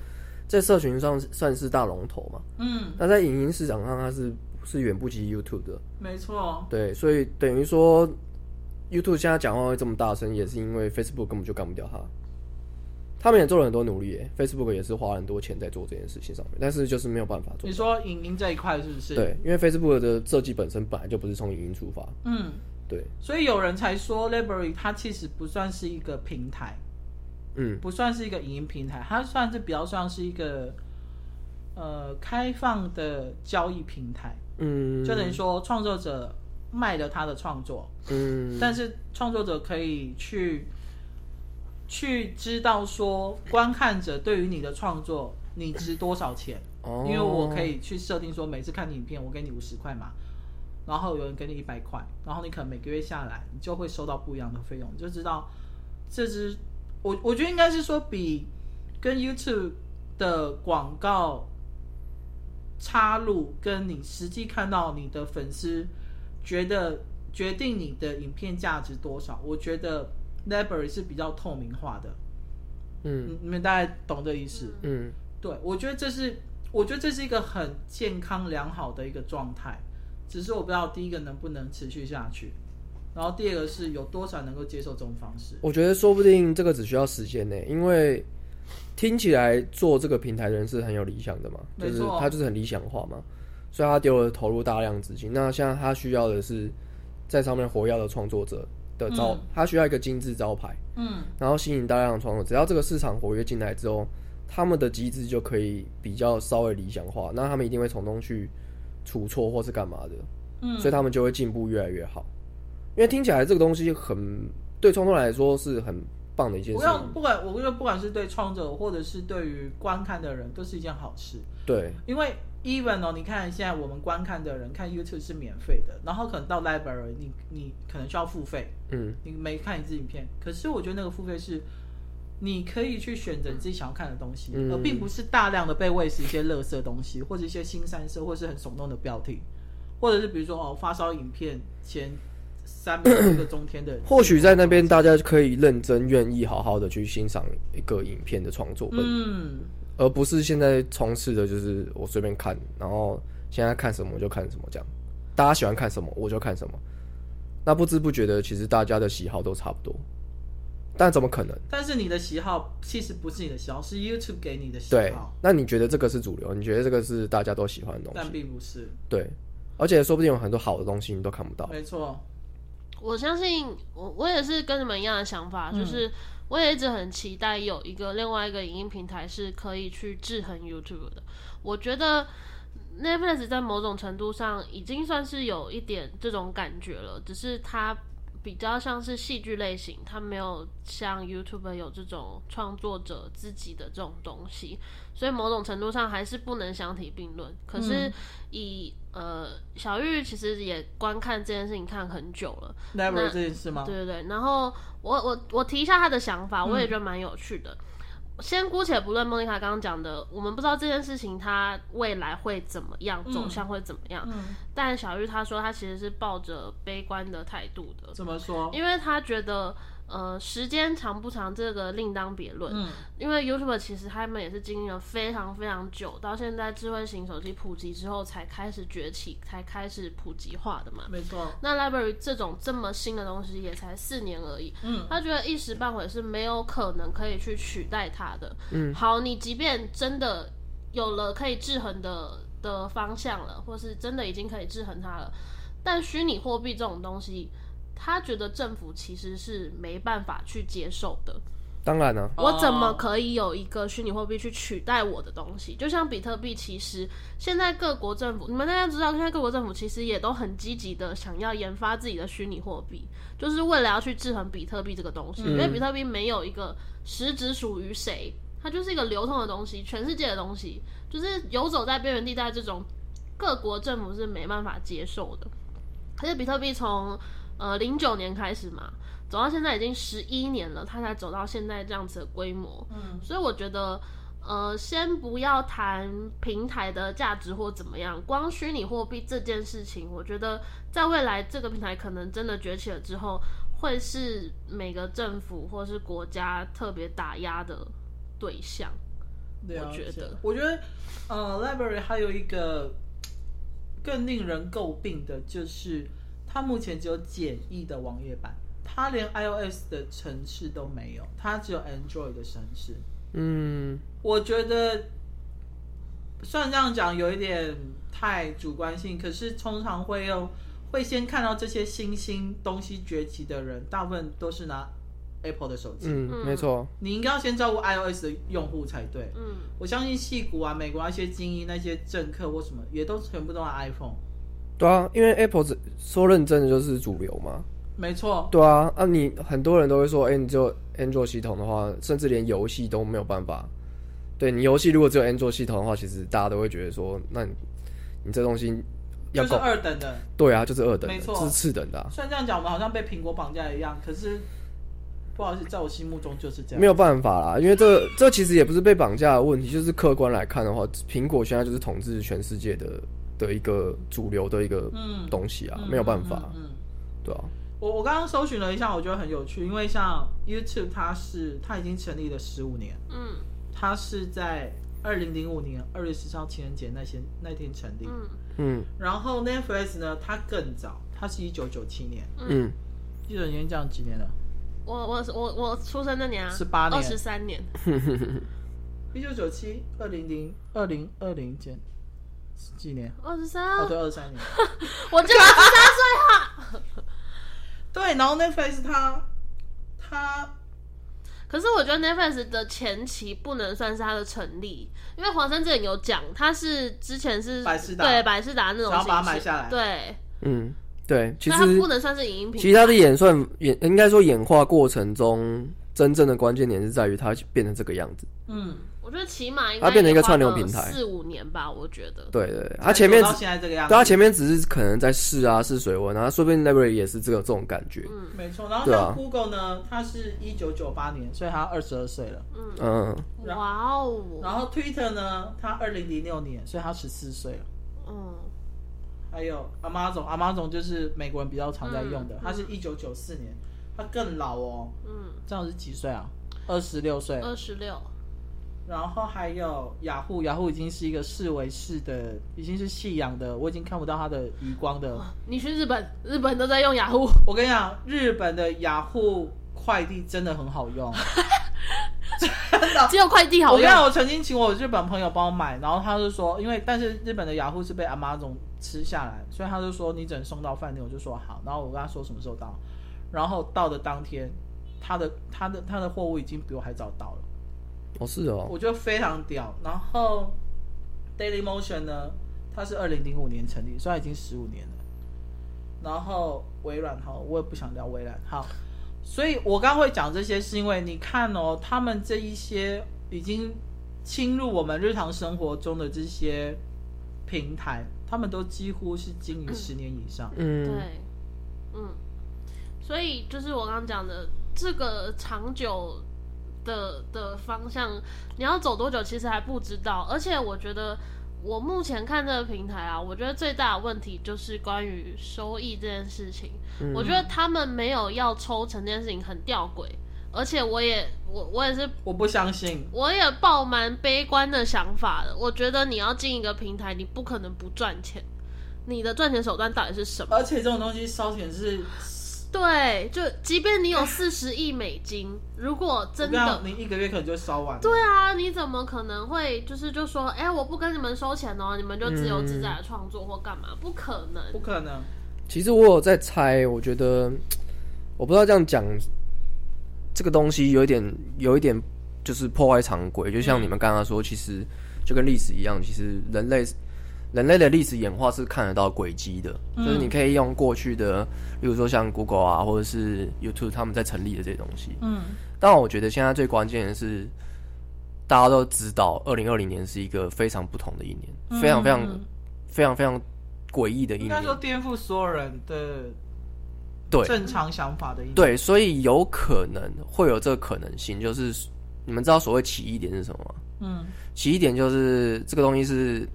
Speaker 2: 在社群上算是大龙头嘛，
Speaker 3: 嗯，
Speaker 2: 那在影音市场上它是是远不及 YouTube 的。
Speaker 3: 没错，
Speaker 2: 对，所以等于说 YouTube 现在讲话会这么大声，也是因为 Facebook 根本就干不掉它。他们也做了很多努力耶，Facebook 也是花了很多钱在做这件事情上面，但是就是没有办法做
Speaker 3: 你。说影音这一块是不是？，
Speaker 2: 对，因为 Facebook 的设计本身本来就不是从影音出发。
Speaker 3: 嗯，
Speaker 2: 对，
Speaker 3: 所以有人才说 Library 它其实不算是一个平台，
Speaker 2: 嗯，
Speaker 3: 不算是一个影音平台，它算是比较像是一个呃开放的交易平台，
Speaker 2: 嗯，
Speaker 3: 就等于说创作者卖了他的创作，
Speaker 2: 嗯，
Speaker 3: 但是创作者可以去去知道说观看者对于你的创作你值多少钱，
Speaker 2: 哦，
Speaker 3: 因为我可以去设定说每次看你影片我给你五十块嘛。然后有人给你一百块，然后你可能每个月下来，你就会收到不一样的费用，你就知道这支我我觉得应该是说比跟 YouTube 的广告插入，跟你实际看到你的粉丝觉得决定你的影片价值多少，我觉得 Library 是比较透明化的，
Speaker 2: 嗯
Speaker 3: 你你们大概懂这意思？
Speaker 2: 嗯
Speaker 3: 对，我觉得这是，我觉得这是一个很健康良好的一个状态，只是我不知道第一个能不能持续下去，然后第二个是有多少能够接受这种方式。
Speaker 2: 我觉得说不定这个只需要时间呢，因为听起来做这个平台的人是很有理想的嘛，
Speaker 3: 没
Speaker 2: 就是
Speaker 3: 错
Speaker 2: 他就是很理想化嘛，所以他丢了投入大量资金。那现在他需要的是在上面活跃的创作者的招，他需要一个精致招牌，
Speaker 3: 嗯，
Speaker 2: 然后吸引大量的创作者。只要这个市场活跃进来之后，他们的机制就可以比较稍微理想化，那他们一定会从中去出错或是干嘛的。
Speaker 3: 嗯
Speaker 2: 所以他们就会进步越来越好。因为听起来这个东西很对创作来说是很棒的一件
Speaker 3: 不
Speaker 2: 事
Speaker 3: 用
Speaker 2: 情。
Speaker 3: 不管，我觉得不管是对创作者或者是对于观看的人，都是一件好事。
Speaker 2: 对，
Speaker 3: 因为 even 哦，你看现在我们观看的人看 YouTube 是免费的，然后可能到 library 你你可能需要付费，
Speaker 2: 嗯，
Speaker 3: 你每看一支影片，可是我觉得那个付费是你可以去选择你自己想要看的东西，
Speaker 2: 嗯，
Speaker 3: 而并不是大量的被喂食一些垃圾东西，或者一些新三色，或是很耸动的标题，或者是比如说哦发烧影片前三秒一个中天的人
Speaker 2: 或许在那边大家可以认真、愿意好好的去欣赏一个影片的创作本
Speaker 3: 嗯，
Speaker 2: 而不是现在从事的就是我随便看，然后现在看什么我就看什么这样。大家喜欢看什么我就看什么，那不知不觉的，其实大家的喜好都差不多，但怎么可能？
Speaker 3: 但是你的喜好其实不是你的喜好，是 YouTube 给你的喜
Speaker 2: 对
Speaker 3: 好，，
Speaker 2: 那你觉得这个是主流？你觉得这个是大家都喜欢的东
Speaker 3: 但
Speaker 2: 西？
Speaker 3: 并不是，
Speaker 2: 对，而且说不定有很多好的东西你都看不到。
Speaker 3: 没错，
Speaker 1: 我相信我，我也是跟你们一样的想法，就是我也一直很期待有一个另外一个影音平台是可以去制衡 YouTube 的。我觉得 Netflix 在某种程度上已经算是有一点这种感觉了，只是它比较像是戏剧类型，它没有像 YouTube 有这种创作者自己的这种东西，所以某种程度上还是不能相提并论。可是
Speaker 3: 嗯
Speaker 1: 以、呃小玉其实也观看这件事情看很久了。
Speaker 3: ，never 这件事吗？
Speaker 1: 对对对，然后我我我提一下他的想
Speaker 3: 嗯
Speaker 1: 法，我也觉得蛮有趣的。先姑且不论莫妮卡刚刚讲的，我们不知道这件事情它未来会怎么样，走向会怎么样。
Speaker 3: 嗯，
Speaker 1: 但小玉她说，她其实是抱着悲观的态度的，
Speaker 3: 怎么说？
Speaker 1: 因为她觉得，呃，时间长不长这个另当别论。
Speaker 3: 嗯
Speaker 1: 因为 YouTube 其实他们也是经营了非常非常久，到现在智慧型手机普及之后才开始崛起，才开始普及化的嘛。
Speaker 3: 没错，
Speaker 1: 那 library 这种这么新的东西也才四年而已，
Speaker 3: 嗯
Speaker 1: 他觉得一时半会是没有可能可以去取代它的。嗯，好，你即便真的有了可以制衡的的方向了，或是真的已经可以制衡它了，但虚拟货币这种东西，他觉得政府其实是没办法去接受的。
Speaker 2: 当然啊了、
Speaker 1: 我怎
Speaker 3: 哦
Speaker 1: 么可以有一个虚拟货币去取代我的东西？就像比特币，其实现在各国政府，你们大家知道，现在各国政府其实也都很积极的想要研发自己的虚拟货币，就是为了要去制衡比特币这个东西，因为比特币没有一个实质属于谁，它就是一个流通的东西，全世界的东西，就是游走在边缘地带这种，各国政府是没办法接受的。可是比特币从呃零九年开始嘛，走到现在已经十一年了，它才走到现在这样子的规模。
Speaker 3: 嗯
Speaker 1: 所以我觉得，呃，先不要谈平台的价值或怎么样，光虚拟货币这件事情，我觉得在未来这个平台可能真的崛起了之后，会是每个政府或是国家特别打压的对象。
Speaker 3: 我
Speaker 1: 觉得
Speaker 3: 我觉得，呃，Library 还有一个更令人诟病的就是，它目前只有简易的网页版，它连 iOS 的城市都没有，它只有 Android 的城市。
Speaker 2: 嗯，
Speaker 3: 我觉得，虽然这样讲有一点太主观性，可是通常会用会先看到这些新兴东西崛起的人，大部分都是拿 Apple 的手机。
Speaker 2: 嗯，没错，
Speaker 3: 你应该要先照顾 iOS 的用户才对。
Speaker 1: 嗯，
Speaker 3: 我相信戏骨啊、美国那些精英、那些政客或什么，也都全部都拿 iPhone。
Speaker 2: 对啊，因为 Apple 只说认真的就是主流嘛，
Speaker 3: 没错，
Speaker 2: 对啊，啊你很多人都会说，哎、你只有 Android 系统的话，甚至连游戏都没有办法。对你游戏如果只有 Android 系统的话，其实大家都会觉得说，那你你这东西要
Speaker 3: 就是
Speaker 2: 够
Speaker 3: 二等的。
Speaker 2: 对啊，就是二等
Speaker 3: 没
Speaker 2: 的，
Speaker 3: 错
Speaker 2: 是次等的、啊，
Speaker 3: 虽然这样讲，我们好像被苹果绑架一样，可是不好意思，在我心目中就是这样。
Speaker 2: 没有办法啦，因为这个这其实也不是被绑架的问题，就是客观来看的话，苹果现在就是统治全世界的的一个主流的一个
Speaker 3: 嗯
Speaker 2: 东西啊，
Speaker 3: 嗯
Speaker 2: 没有办法，
Speaker 3: 嗯，嗯
Speaker 2: 对啊，
Speaker 3: 我我刚刚搜寻了一下，我觉得很有趣，因为像 YouTube 它是它已经成立了十五年，
Speaker 1: 嗯
Speaker 3: 它是在二零零五年二月十号情人节那些那天成立。
Speaker 1: 嗯
Speaker 2: 嗯
Speaker 3: 然后 Netflix 呢，它更早，它是一九九七年，
Speaker 1: 嗯，
Speaker 2: 嗯，
Speaker 3: 一九九七年这样几年了？
Speaker 1: 我我我我出生那年啊，
Speaker 3: 18年
Speaker 1: 二十三年，
Speaker 3: 一九九七、二零零、二零二零减是几年？
Speaker 1: 二十三，
Speaker 3: 哦，对，二 三年。
Speaker 1: 我就二十三岁哈。
Speaker 3: 对，然后 Netflix 它它
Speaker 1: 可是我觉得 Netflix 的前期不能算是它的成立，因为黄山之前有讲，它是之前是
Speaker 3: 百事达
Speaker 1: 对百事达那种
Speaker 3: 想要把
Speaker 1: 形
Speaker 3: 它
Speaker 1: 式
Speaker 3: 买下来
Speaker 1: 对，
Speaker 2: 嗯，对，其
Speaker 1: 那
Speaker 2: 实
Speaker 1: 它不能算是影音
Speaker 2: 其
Speaker 1: 频
Speaker 2: 实它的演算演应该说演化过程中，真正的关键点是在于它变成这个样子。
Speaker 3: 嗯，
Speaker 1: 我觉得起码应
Speaker 2: 它
Speaker 1: 该
Speaker 2: 变成一个串流平台
Speaker 1: 四五年吧，我觉得。
Speaker 2: 对对对，它前面
Speaker 3: 到
Speaker 2: 只
Speaker 3: 现在这个样
Speaker 2: 对啊它
Speaker 3: 子，
Speaker 2: 前面只是可能在试啊试水温啊，说不定 library 也是这个这种感觉。
Speaker 3: 没错。然后
Speaker 2: 对啊
Speaker 3: 像 Google 呢，它是一九九八年，所以它二十二岁了。
Speaker 2: 嗯，
Speaker 1: 哇哦，
Speaker 3: 然后 Twitter 呢，它二零零六年，所以它十四岁了。
Speaker 1: 嗯，
Speaker 3: 还有 Amazon，Amazon 就是美国人比较常在用的，
Speaker 1: 嗯
Speaker 3: 它是一九九四年，它更老哦。嗯，这样是几岁啊？二十六岁。
Speaker 1: 二十六，
Speaker 3: 嗯然后还有雅虎，雅虎已经是一个视为是的，已经是夕阳的，我已经看不到它的余光的。
Speaker 1: 你去日本，日本都在用雅虎，
Speaker 3: 我跟你讲，日本的雅虎快递真的很好用。
Speaker 1: 只有快递好
Speaker 3: 我跟你
Speaker 1: 用。
Speaker 3: 讲，我曾经请我日本朋友帮我买，然后他就说，因为但是日本的雅虎是被 Amazon 吃下来，所以他就说你只能送到饭店，我就说好，然后我跟他说什么时候到，然后到的当天，他的他的他的货物已经比我还早到了。
Speaker 2: 哦是哦，
Speaker 3: 我觉得非常屌。然后 Daily Motion 呢，它是二零零五年成立，虽然已经十五年了。然后微软，好，我也不想聊微软，好。所以我刚刚会讲这些，是因为你看哦，他们这一些已经侵入我们日常生活中的这些平台，他们都几乎是经营十年以上。
Speaker 2: 嗯，
Speaker 1: 对，嗯，所以就是我刚刚讲的这个长久的的方向，你要走多久其实还不知道。而且我觉得我目前看这个平台啊，我觉得最大的问题就是关于收益这件事情。我觉得他们没有要抽成这件事情很吊诡，而且我也我我也是
Speaker 3: 我不相信，
Speaker 1: 我也抱蛮悲观的想法的。我觉得你要进一个平台，你不可能不赚钱。你的赚钱手段到底是什么？
Speaker 3: 而且这种东西烧钱是，
Speaker 1: 对，就即便你 有四十亿美金，如果
Speaker 3: 我
Speaker 1: 真
Speaker 3: 跟你
Speaker 1: 的
Speaker 3: 讲，你一个月可能就烧完了。
Speaker 1: 对啊，你怎么可能会就是就说，哎、我不跟你们收钱哦，你们就自由自在的创作或干嘛？不可能。
Speaker 3: 不可能。
Speaker 2: 其实我有在猜，我觉得我不知道这样讲，这个东西有一点有一点就是破坏常规，就像你们刚刚说，其实就跟历史一样，其实人类人类的历史演化是看得到轨迹的，就是你可以用过去的，例如说像 Google 啊，或者是 YouTube 他们在成立的这些东西，
Speaker 3: 嗯，
Speaker 2: 但我觉得现在最关键的是，大家都知道，二零二零年是一个非常不同的一年，非常非常、
Speaker 3: 嗯
Speaker 2: 非常非常诡异的一
Speaker 3: 应该
Speaker 2: 年。
Speaker 3: 说颠覆所有人的
Speaker 2: 对
Speaker 3: 正常想法的一
Speaker 2: 对，所以有可能会有这个可能性，就是你们知道所谓起义点是什么吗？
Speaker 3: 嗯
Speaker 2: 起义点就是这个东西是，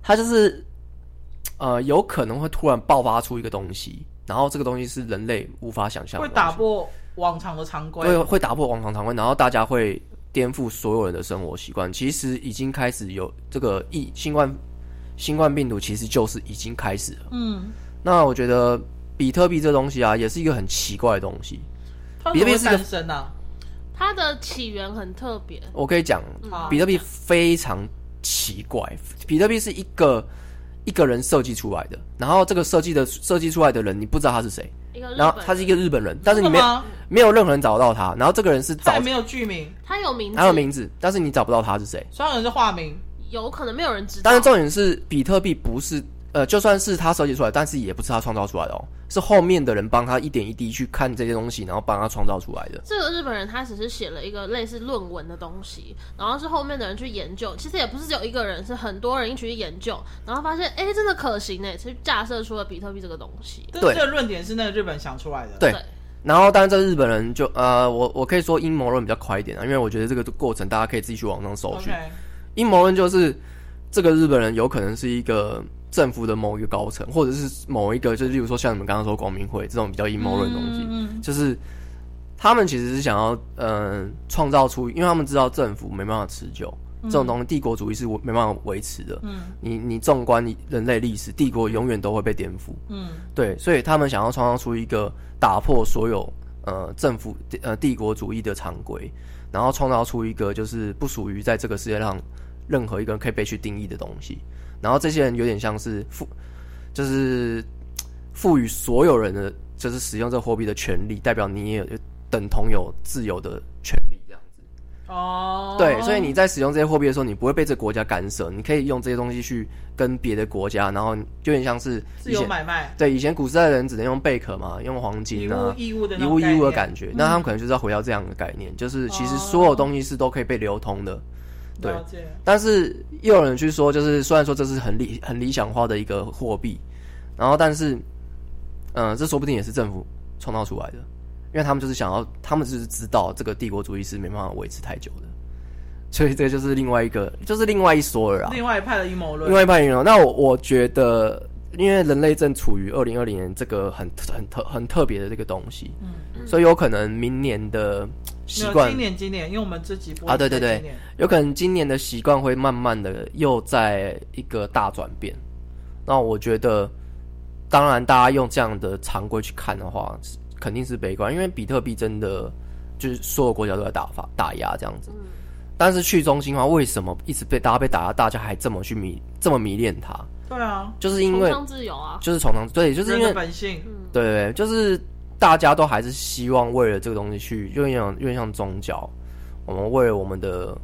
Speaker 2: 它就是呃有可能会突然爆发出一个东西，然后这个东西是人类无法想象的
Speaker 3: 会
Speaker 2: 东西，
Speaker 3: 打破往常的常规。
Speaker 2: 会会打破往常常规，然后大家会颠覆所有人的生活习惯。其实已经开始有这个疫新冠新冠病毒，其实就是已经开始了。
Speaker 3: 嗯，
Speaker 2: 那我觉得比特币这东西啊，也是一个很奇怪的东西。
Speaker 3: 它
Speaker 2: 比特
Speaker 3: 怎
Speaker 2: 币
Speaker 3: 么会
Speaker 2: 是个
Speaker 3: 诞生啊？
Speaker 1: 它的起源很特别，嗯
Speaker 2: 我可以讲，
Speaker 3: 好
Speaker 2: 比特币非常奇怪，比特币是一个一个人设计出来的，然后这个设计的设计出来的人，你不知道他是谁，
Speaker 1: 一个日
Speaker 2: 然后
Speaker 1: 本
Speaker 2: 他是一
Speaker 1: 人
Speaker 2: 个日本人，但是你
Speaker 3: 真
Speaker 2: 没
Speaker 3: 的吗？
Speaker 2: 没有任何人找到他，然后这个人是
Speaker 3: 它
Speaker 2: 找
Speaker 3: 也没有剧名，
Speaker 1: 他有名字，
Speaker 2: 他有名字，但是你找不到他是谁。
Speaker 3: 虽然有人是化名，
Speaker 1: 有可能没有人知道。
Speaker 2: 但是重点是，比特币不是呃，就算是他设计出来，但是也不是他创造出来的哦，是后面的人帮他一点一滴去看这些东西，然后帮他创造出来的。
Speaker 1: 这个日本人他只是写了一个类似论文的东西，然后是后面的人去研究，其实也不是只有一个人，是很多人一起去研究，然后发现哎，真的可行呢，去架设出了比特币这个东西。
Speaker 3: 但
Speaker 2: 对
Speaker 3: 这个论点是那个日本想出来的。
Speaker 2: 对然后，当然这日本人就呃，我我可以说阴谋论比较快一点啊，因为我觉得这个过程大家可以自己去网上搜寻。
Speaker 3: ，OK，
Speaker 2: 阴谋论就是这个日本人有可能是一个政府的某一个高层，或者是某一个，就是例如说像你们刚刚说光明会这种比较阴谋论的东西，
Speaker 3: 嗯，
Speaker 2: 就是他们其实是想要嗯创、造出，因为他们知道政府没办法持久，这种东西帝国主义是没办法维持的。
Speaker 3: 嗯
Speaker 2: 你你纵观你人类历史，帝国永远都会被颠覆。
Speaker 3: 嗯
Speaker 2: 对，所以他们想要创造出一个打破所有呃政府呃帝国主义的常规，然后创造出一个就是不属于在这个世界上任何一个人可以被去定义的东西。然后这些人有点像是赋，就是嘖赋予所有人的就是使用这个货币的权利，代表你也有等同有自由的权利这样子。
Speaker 3: 哦，
Speaker 2: 对，所以你在使用这些货币的时候，你不会被这个国家干涉，你可以用这些东西去跟别的国家，然后就有点像是
Speaker 3: 自
Speaker 2: 以
Speaker 3: 由
Speaker 2: 前
Speaker 3: 买卖，
Speaker 2: 对以前古时代的人只能用贝壳嘛，用黄
Speaker 3: 一
Speaker 2: 金
Speaker 3: 物
Speaker 2: 啊，
Speaker 3: 一物的
Speaker 2: 一
Speaker 3: 那
Speaker 2: 物
Speaker 3: 种
Speaker 2: 一物的
Speaker 3: 概念，嗯
Speaker 2: 感觉。那他们可能就是要回到这样的概念，就是其实
Speaker 3: 哦
Speaker 2: 所有东西是都可以被流通的。对
Speaker 3: 了解
Speaker 2: 但是又有人去说，就是虽然说这是很理很理想化的一个货币，然后但是，嗯、这说不定也是政府创造出来的，因为他们就是想要，他们就是知道这个帝国主义是没办法维持太久的，所以这就是另外一个，就是另外一说了啦。
Speaker 3: 另外一派的阴谋论
Speaker 2: 另，外一派人哦，那我我觉得，因为人类正处于二零二零年这个很很特很特别的这个东西，
Speaker 1: 嗯
Speaker 2: 所以有可能明年的习
Speaker 3: 嗯没有
Speaker 2: 惯
Speaker 3: 今年今年，因为我们这集播
Speaker 2: 啊对对对
Speaker 3: 今年，
Speaker 2: 有可能今年的习惯会慢慢的又在一个大转变。那我觉得，当然大家用这样的常规去看的话，是肯定是悲观，因为比特币真的就是所有国家都在打发打压这样子。
Speaker 1: 嗯
Speaker 2: 但是去中心化为什么一直被大家被打压，大家还这么去迷这么迷恋它？
Speaker 3: 对啊，
Speaker 2: 就是因
Speaker 1: 崇
Speaker 2: 为
Speaker 1: 尚自由啊，
Speaker 2: 就是常常对，就是因
Speaker 3: 人的
Speaker 2: 为
Speaker 3: 本性，
Speaker 2: 对对，对就是大家都还是希望为了这个东西去，有点像有点像宗教，我们为了我们的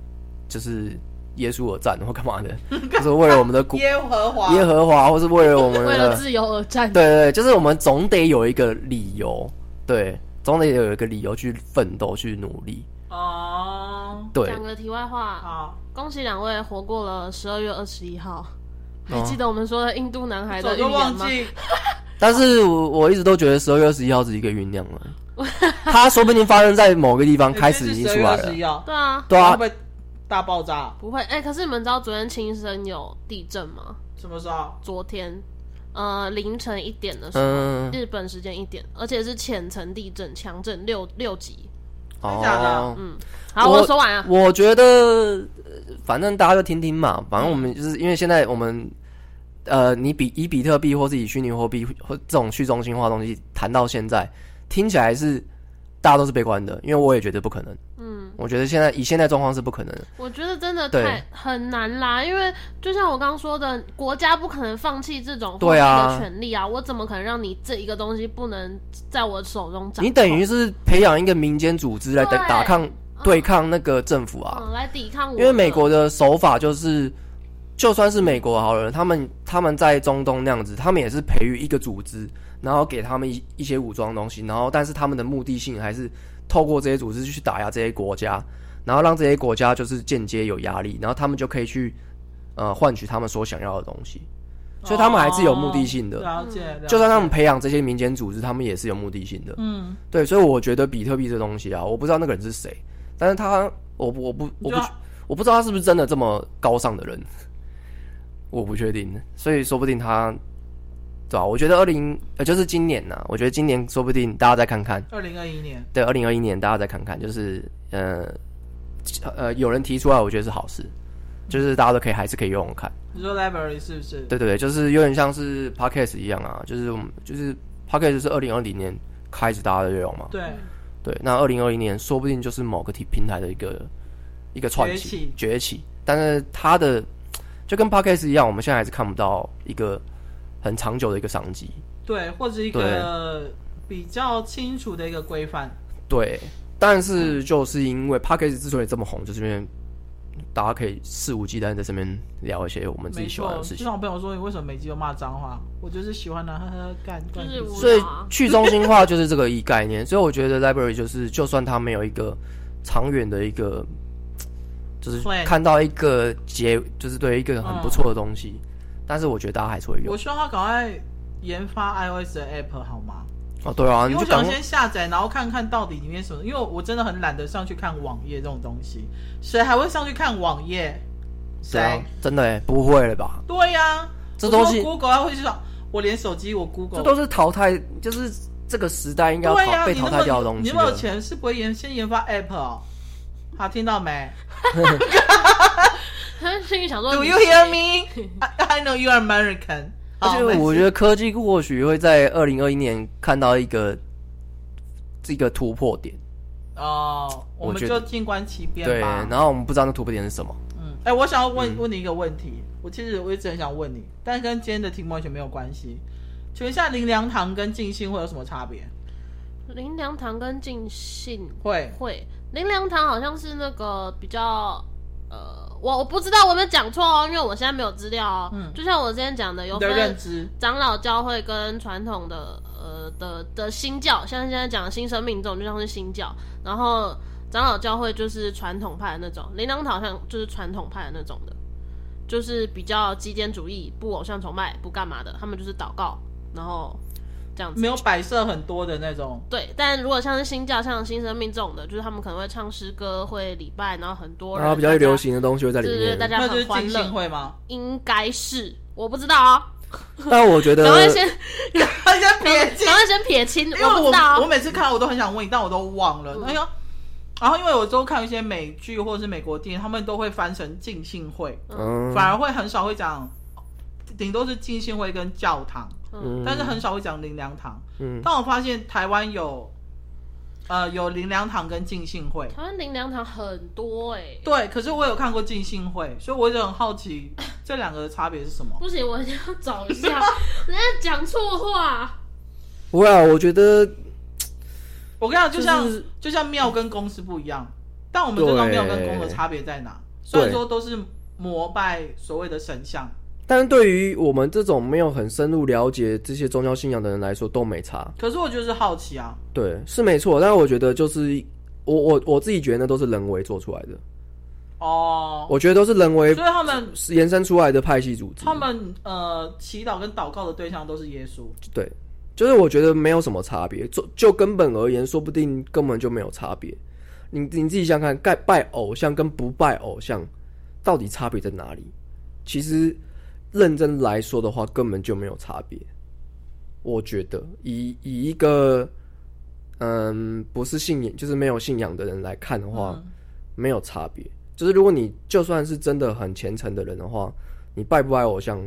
Speaker 2: 就是耶稣而战或干嘛的，就是为了我们的古
Speaker 3: 耶和华，
Speaker 2: 耶和华，或是为了我 们
Speaker 1: 为了
Speaker 2: 的，
Speaker 1: 自由而战
Speaker 2: 对。对，对就是我们总得有一个理由，对，总得有一个理由去奋斗去努力，
Speaker 3: 哦，
Speaker 2: 对
Speaker 1: 讲，个题外话，
Speaker 3: 好，
Speaker 1: 恭喜两位活过了十二月二十一号。还
Speaker 2: 哦
Speaker 1: 记得我们说的印度男孩
Speaker 3: 早
Speaker 1: 的预
Speaker 3: 就忘
Speaker 1: 言吗？
Speaker 3: 记，
Speaker 2: 但是我我一直都觉得十二月二十一号是一个酝酿了，它说不定发生在某个地方 开始已经出来了，
Speaker 3: 了，
Speaker 1: 对啊，
Speaker 2: 对啊
Speaker 3: 会不，会大爆炸？
Speaker 1: 不会。哎、可是你们知道昨天亲身有地震吗？
Speaker 3: 什么时候？
Speaker 1: 昨天，呃，凌晨一点的时候，
Speaker 2: 嗯，
Speaker 1: 日本时间一点，而且是浅层地震，强震六六级。
Speaker 3: 真假的嗯
Speaker 2: 哦，
Speaker 1: 好，
Speaker 2: 我
Speaker 1: 我说完了。啊
Speaker 2: 我觉得，呃反正大家就听听嘛。反正我们就是因为现在我们，呃，你比以比特币或是以虚拟货币或这种去中心化的东西谈到现在，听起来是大家都是悲观的，因为我也觉得不可能。嗯，我觉得现在以现在状况是不可能的。
Speaker 1: 我觉得真的
Speaker 2: 对
Speaker 1: 太很难啦，因为就像我刚刚说的，国家不可能放弃这种
Speaker 2: 对
Speaker 1: 获
Speaker 2: 啊
Speaker 1: 利的权利啊！我怎么可能让你这一个东西不能在我手中掌控？
Speaker 2: 你等于是培养一个民间组织来打
Speaker 1: 对
Speaker 2: 打抗
Speaker 3: 嗯
Speaker 2: 对抗那个政府啊。
Speaker 1: 啊嗯来抵抗我的，
Speaker 2: 因为美国的手法就是，就算是美国好了，他们他们在中东那样子，他们也是培育一个组织，然后给他们一一些武装的东西，然后但是他们的目的性还是透过这些组织去打压这些国家，然后让这些国家就是间接有压力，然后他们就可以去呃换取他们所想要的东西，所以他们还是有目的性的。
Speaker 3: 哦了解，了解
Speaker 2: 就算他们培养这些民间组织，他们也是有目的性的。
Speaker 3: 嗯，
Speaker 2: 对，所以我觉得比特币这东西啊，我不知道那个人是谁，但是他，我不我不我
Speaker 3: 你
Speaker 2: 不
Speaker 3: 就要
Speaker 2: 我不知道他是不是真的这么高尚的人，我不确定，所以说不定他，对吧、我觉得二零呃就是今年呐、我觉得今年说不定大家再看看，
Speaker 3: 二零二一年，
Speaker 2: 对，二零二一年大家再看看，就是呃呃有人提出来，我觉得是好事，就是大家都可以还是可以用用看。
Speaker 3: 你说 library 是不是？
Speaker 2: 对对对，就是有点像是 podcast 一样啊，就是我们就是 podcast 是二零二零年开始大家都用嘛，
Speaker 3: 对，
Speaker 2: 对，那二零二一年说不定就是某个体平台的一个一个串起崛起，但是它的就跟 podcast 一样，我们现在还是看不到一个很长久的一个商机。
Speaker 3: 对，或者一个比较清楚的一个规范，
Speaker 2: 对，但
Speaker 3: 嗯
Speaker 2: 是就是因为 podcast 之所以这么红，就是因为大家可以肆无忌惮在这边聊一些我们自
Speaker 3: 没
Speaker 2: 己喜欢
Speaker 3: 错。
Speaker 2: 的事
Speaker 3: 就
Speaker 2: 情，
Speaker 3: 像我朋友说，你为什么每集都骂脏话？我就是喜欢拿呵呵干，干
Speaker 1: 就是
Speaker 3: 屁事
Speaker 1: 我
Speaker 2: 所以 去中心化就是这个一概念。 所以我觉得 library 就是，就算它没有一个长远的一个。就是
Speaker 3: Plan
Speaker 2: 看到一个结，就是对一个很不错的东西，
Speaker 3: 嗯
Speaker 2: 但是我觉得大家还是会用
Speaker 3: 我。希望他赶快研发 iOS 的 app 好吗？
Speaker 2: 哦，对啊，你
Speaker 3: 因为
Speaker 2: 就
Speaker 3: 我
Speaker 2: 赶
Speaker 3: 想
Speaker 2: 快
Speaker 3: 先下载，然后看看到底里面什么，因为我真的很懒得上去看网页这种东西，谁还会上去看网页？
Speaker 2: 对啊
Speaker 3: 谁？，
Speaker 2: 真的哎，不会了吧？
Speaker 3: 对呀、
Speaker 2: 这东西
Speaker 3: 我说 Google 还会去找，我连手机我 Google
Speaker 2: 这都是淘汰，就是这个时代应该要
Speaker 3: 对呀、
Speaker 2: 淘被
Speaker 3: 你
Speaker 2: 淘
Speaker 3: 那
Speaker 2: 汰
Speaker 3: 么
Speaker 2: 掉的东
Speaker 3: 你
Speaker 2: 西
Speaker 3: 有没有
Speaker 2: 了。
Speaker 3: 钱是不会研先研发 app 哦？好，听到没
Speaker 1: 他心里想说
Speaker 3: ？Do
Speaker 1: 你
Speaker 3: you hear me? I, I know you are American
Speaker 2: 而
Speaker 3: 好。
Speaker 2: 且我觉得科技或许会在二零二一年看到一个这个突破点，
Speaker 3: 得哦，我
Speaker 2: 我
Speaker 3: 们
Speaker 2: 觉
Speaker 3: 就
Speaker 2: 得
Speaker 3: 静观其变
Speaker 2: 对，
Speaker 3: 吧。
Speaker 2: 然后我们不知道那突破点是什么。
Speaker 3: 嗯，哎、我想要问、问你一个问题，我其实我一直很想问你，但是跟今天的题目完全没有关系。请问一下，林良堂跟静心会有什么差别？
Speaker 1: 林良堂跟尽信
Speaker 3: 会
Speaker 1: 会林良堂好像是那个比较。呃，我我不知道我有没有讲错哦，因为我现在没有资料哦。
Speaker 3: 嗯
Speaker 1: 就像我之前讲的，有
Speaker 3: 你
Speaker 1: 分
Speaker 3: 的认知，
Speaker 1: 长老教会跟传统的呃的的新教，像现在讲的新生命这种就像是新教，然后长老教会就是传统派的那种，灵粮堂好像就是传统派的那种的，就是比较极简主义，不偶像崇拜，不干嘛的，他们就是祷告，然后这样子
Speaker 3: 没。有摆设很多的那种，
Speaker 1: 对，但如果像是新教、像新生命这种的，就是他们可能会唱诗歌、会礼拜，然后很多人
Speaker 2: 然后比较
Speaker 1: 大家
Speaker 2: 流，行的东西会在里
Speaker 1: 对对对，大
Speaker 2: 面。
Speaker 1: 家
Speaker 3: 那就是
Speaker 1: 很欢
Speaker 3: 进信
Speaker 1: 乐，
Speaker 3: 会吗？
Speaker 1: 应该是我不知道哦，
Speaker 2: 但我觉
Speaker 1: 赶快
Speaker 2: 得
Speaker 1: 先
Speaker 3: 大家别进
Speaker 1: 赶快先撇清，
Speaker 3: 因为
Speaker 1: 不
Speaker 3: 我
Speaker 1: 知道哦
Speaker 3: 我每次看到我都很想问你，但我都忘了。
Speaker 1: 嗯
Speaker 3: 哎呦，然后因为我都看一些美剧或者是美国电影，他们都会翻成浸信会，
Speaker 2: 嗯
Speaker 3: 反而会很少会讲，顶多是浸信会跟教堂，
Speaker 2: 嗯，
Speaker 3: 但是很少会讲灵粮堂。
Speaker 2: 嗯
Speaker 3: 但我发现台湾有，呃，有灵粮堂跟浸信会。
Speaker 1: 台湾灵粮堂很多哎、
Speaker 3: 对，可是我有看过浸信会，所以我一直很好奇这两个的差别是什么。
Speaker 1: 不行，我一定要找一 下，人家讲错话。
Speaker 2: 不会啊，我觉得
Speaker 3: 我跟你讲，就像、
Speaker 2: 就是
Speaker 3: 就像庙跟公是不一样，但我们知道庙跟公的差别在哪？虽然说都是膜拜所谓的神像，
Speaker 2: 但是对于我们这种没有很深入了解这些宗教信仰的人来说，都没差。
Speaker 3: 可是我就是好奇啊，
Speaker 2: 对，是没错，但我觉得就是我我我自己觉得那都是人为做出来的，
Speaker 3: 哦，
Speaker 2: 我觉得都是人为
Speaker 3: 所以他们
Speaker 2: 延伸出来的派系组织
Speaker 3: 他。们呃祈祷跟祷告的对象都是耶稣，
Speaker 2: 对，就是我觉得没有什么差别，就就根本而言，说不定根本就没有差别。你你自己想想看，拜拜偶像跟不拜偶像到底差别在哪里？其实认真来说的话，根本就没有差别。我觉得以以一个嗯不是信仰就是没有信仰的人来看的话，
Speaker 3: 嗯
Speaker 2: 没有差别。就是如果你就算是真的很虔诚的人的话，你拜不拜偶像，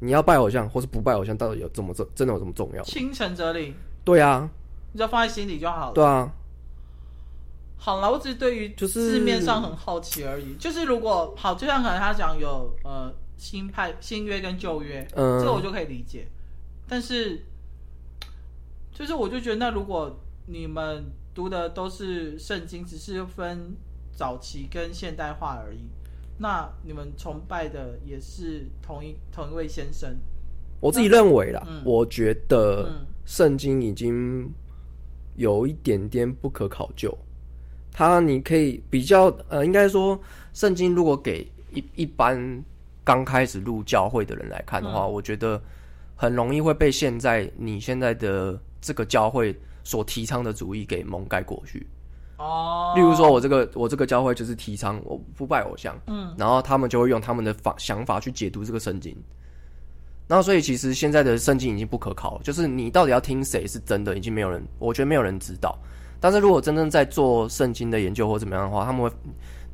Speaker 2: 你要拜偶像或是不拜偶像，到底有这么重，真的有这么重要？
Speaker 3: 心诚则灵，
Speaker 2: 对啊，
Speaker 3: 你只要放在心里就好了。
Speaker 2: 对啊，
Speaker 3: 好了，我只是对于
Speaker 2: 就是
Speaker 3: 字面上很好奇而已。就是如果好，就像可能他讲有呃新派、新约跟旧约，
Speaker 2: 嗯
Speaker 3: 这我就可以理解。但是，就是我就觉得，那如果你们读的都是圣经，只是分早期跟现代化而已，那你们崇拜的也是同一同一位先生。
Speaker 2: 我自己认为啦，
Speaker 3: 嗯
Speaker 2: 我觉得
Speaker 3: 嗯
Speaker 2: 圣经已经有一点点不可考究。它你可以比较呃，应该说圣经如果给一一般刚开始入教会的人来看的话，我觉得很容易会被现在你现在的这个教会所提倡的主义给蒙盖过去。
Speaker 3: 哦，
Speaker 2: 例如说，我这个我这个教会就是提倡我不拜偶像，嗯，然后他们就会用他们的法想法去解读这个圣经。然后，所以其实现在的圣经已经不可考了，就是你到底要听谁是真的，已经没有人，我觉得没有人知道。但是如果真正在做圣经的研究或怎么样的话，他们会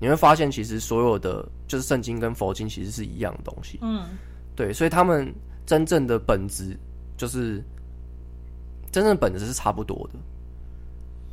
Speaker 2: 你会发现，其实所有的就是圣经跟佛经其实是一样的东西，
Speaker 3: 嗯，
Speaker 2: 对，所以他们真正的本质就是真正的本质是差不多的，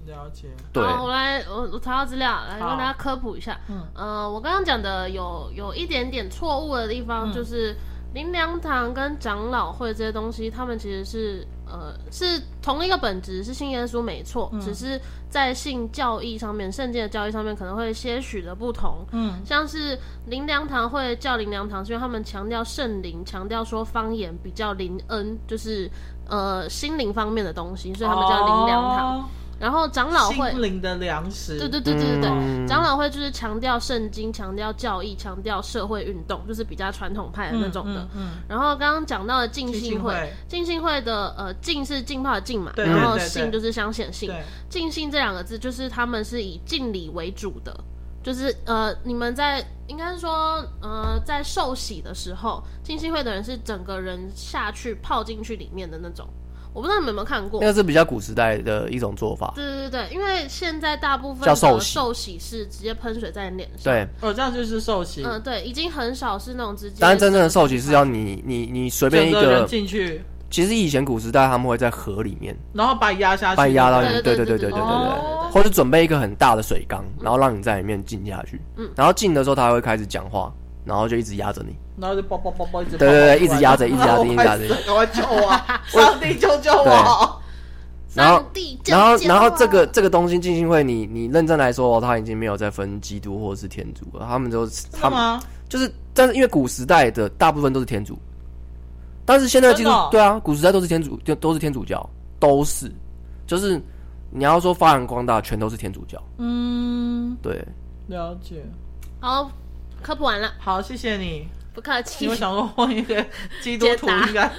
Speaker 3: 了解。
Speaker 2: 对，
Speaker 1: 好，我来，我我查到资料来
Speaker 3: 好
Speaker 1: 帮大家科普一下。
Speaker 3: 嗯
Speaker 1: 呃，我刚刚讲的有有一点点错误的地方，
Speaker 3: 嗯
Speaker 1: 就是林良堂跟长老会这些东西，他们其实是呃是同一个本质，是信耶稣没错，
Speaker 3: 嗯
Speaker 1: 只是在信教义上面，圣经的教义上面可能会些许的不同。
Speaker 3: 嗯，
Speaker 1: 像是灵粮堂会叫灵粮堂，是因为他们强调圣灵，强调说方言比较灵恩，就是呃心灵方面的东西，所以他们叫灵粮堂。
Speaker 3: 哦
Speaker 1: 然后长老会，
Speaker 3: 心灵的粮食。
Speaker 1: 对对对对对对，
Speaker 2: 嗯
Speaker 1: 长老会就是强调圣经，强调教义，强调社会运动，就是比较传统派的那种的。
Speaker 3: 嗯嗯嗯
Speaker 1: 然后刚刚讲到的浸
Speaker 3: 浸
Speaker 1: 信
Speaker 3: 信
Speaker 1: 会
Speaker 3: 会，
Speaker 1: 浸信会的呃浸是浸泡的浸嘛，
Speaker 3: 对
Speaker 1: 然后
Speaker 3: 对对对
Speaker 1: 信就是相显信，
Speaker 3: 对，
Speaker 1: 尽信这两个字，就是他们是以敬礼为主的，就是呃，你们在应该是说呃，在受洗的时候，浸信会的人是整个人下去泡进去里面的那种。我不知道你们有没有看过
Speaker 2: 那，个是比较古时代的一种做法。
Speaker 1: 对对对，因为现在大部分
Speaker 2: 叫
Speaker 1: 的
Speaker 2: 受洗
Speaker 1: 受洗是直接喷水在脸上，
Speaker 2: 对，
Speaker 3: 哦，这样就是受洗，
Speaker 1: 嗯、对，已经很少是那种直接。
Speaker 2: 但是真正的受洗是要你你你随便
Speaker 3: 整
Speaker 2: 一
Speaker 3: 个人
Speaker 2: 个，
Speaker 3: 进去，
Speaker 2: 其实以前古时代他们会在河里面，
Speaker 3: 然后把你压下去，
Speaker 2: 把你压到
Speaker 1: 对
Speaker 2: 里面，
Speaker 1: 对
Speaker 2: 对
Speaker 1: 对对
Speaker 2: 对对对对
Speaker 1: 对
Speaker 2: 对
Speaker 1: 对
Speaker 2: 对，
Speaker 3: 哦
Speaker 2: 或者准备一个很大的水缸，然后让你在里面浸下去，然后浸的时候他会开始讲话，然后就一直压着你，
Speaker 3: 然后就啵啵�bo 一直
Speaker 2: 对对对一直压着一直压着
Speaker 3: 然后我
Speaker 2: 一直压着
Speaker 3: 快死了赶快救我，上帝救救我！
Speaker 2: 然后
Speaker 1: 上帝
Speaker 2: 然后，
Speaker 1: 救
Speaker 2: 然后
Speaker 1: 救我
Speaker 2: 这个这个东京浸信会你，你认真来说、哦，他已经没有再分基督或是天主了，他们都是
Speaker 3: 真
Speaker 2: 他
Speaker 3: 的
Speaker 2: 们
Speaker 3: 吗？
Speaker 2: 就是，但是因为古时代的大部分都是天主，但是现在的基督、
Speaker 3: 真的哦
Speaker 2: 对啊，古时代都是天主，就都是天主教，都是，就是你要说发扬光大，全都是天主教，
Speaker 3: 嗯，
Speaker 2: 对，
Speaker 3: 了解。
Speaker 1: 好，科普完了，
Speaker 3: 好，谢谢你。
Speaker 1: 不客
Speaker 3: 因
Speaker 1: 气
Speaker 3: 为我，想说问一个基督徒
Speaker 1: 解答
Speaker 3: 应该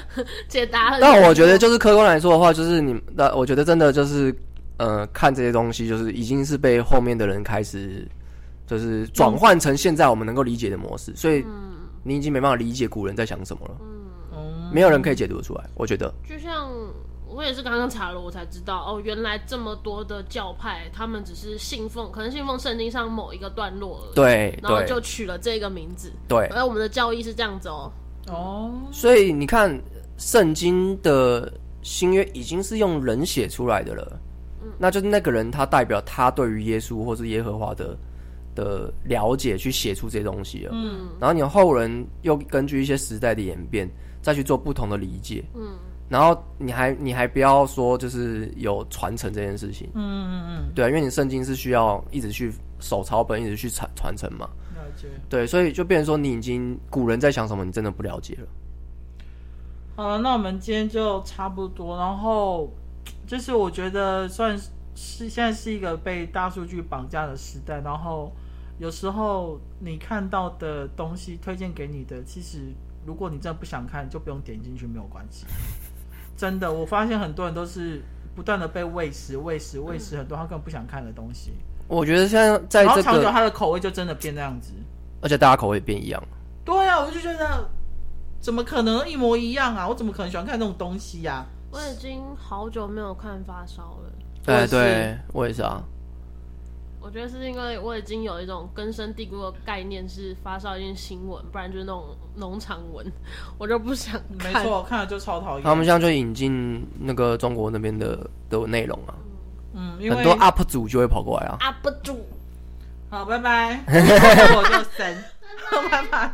Speaker 1: 解答了。
Speaker 2: 但我觉得就是客观来说的话，就是你，那我觉得真的就是，呃，看这些东西，就是已经是被后面的人开始，就是转换成现在我们能够理解的模式，所以你已经没办法理解古人在想什么了，
Speaker 3: 嗯
Speaker 2: 没有人可以解读得出来，我觉得，
Speaker 1: 就像我也是刚刚查了，我才知道哦，原来这么多的教派，他们只是信奉，可能信奉圣经上某一个段落而已，
Speaker 2: 对
Speaker 1: 然后
Speaker 2: 对
Speaker 1: 就取了这个名字。
Speaker 2: 对，
Speaker 1: 而我们的教义是这样子哦，
Speaker 3: 哦，
Speaker 2: 所以你看圣经的新约已经是用人写出来的了，那就是那个人他代表他对于耶稣或是耶和华的的了解去写出这些东西了。
Speaker 3: 嗯，
Speaker 2: 然后你后人又根据一些时代的演变，再去做不同的理解，
Speaker 1: 嗯，
Speaker 2: 然后你还你还不要说就是有传承这件事情，
Speaker 3: 嗯嗯
Speaker 2: 对啊，因为你圣经是需要一直去手抄本，一直去传传承嘛，
Speaker 3: 嗯，了解。
Speaker 2: 对，所以就变成说你已经古人在想什么，你真的不了解了。
Speaker 3: 好了，那我们今天就差不多。然后，就是我觉得算是现在是一个被大数据绑架的时代。然后，有时候你看到的东西推荐给你的，其实如果你真的不想看，就不用点进去，没有关系。真的，我发现很多人都是不断的被喂食、喂食、喂食很多他根本不想看的东西。
Speaker 2: 我觉得现嗯在在
Speaker 3: 然后
Speaker 2: 这
Speaker 3: 长
Speaker 2: 个
Speaker 3: 久，他的口味就真的变那样子。
Speaker 2: 而且大家口味变一样。
Speaker 3: 对呀、啊，我就觉得怎么可能一模一样啊？我怎么可能喜欢看那种东西啊呀、
Speaker 1: 我已经好久没有看发烧了。
Speaker 3: 我也
Speaker 2: 哎，
Speaker 3: 是
Speaker 2: 对我也是啊。
Speaker 1: 我觉得是因为我已经有一种根深蒂固的概念，是发烧一件新闻，不然就是那种农场文，我就不想
Speaker 3: 没
Speaker 1: 看。
Speaker 3: 错，看了就超讨厌。
Speaker 2: 他们现在就引进那个中国那边的的内容啊，
Speaker 3: 嗯，因为
Speaker 2: 很多 UP 主就会跑过来啊。
Speaker 1: ，UP 主。
Speaker 3: 好，拜拜，我就神，拜拜。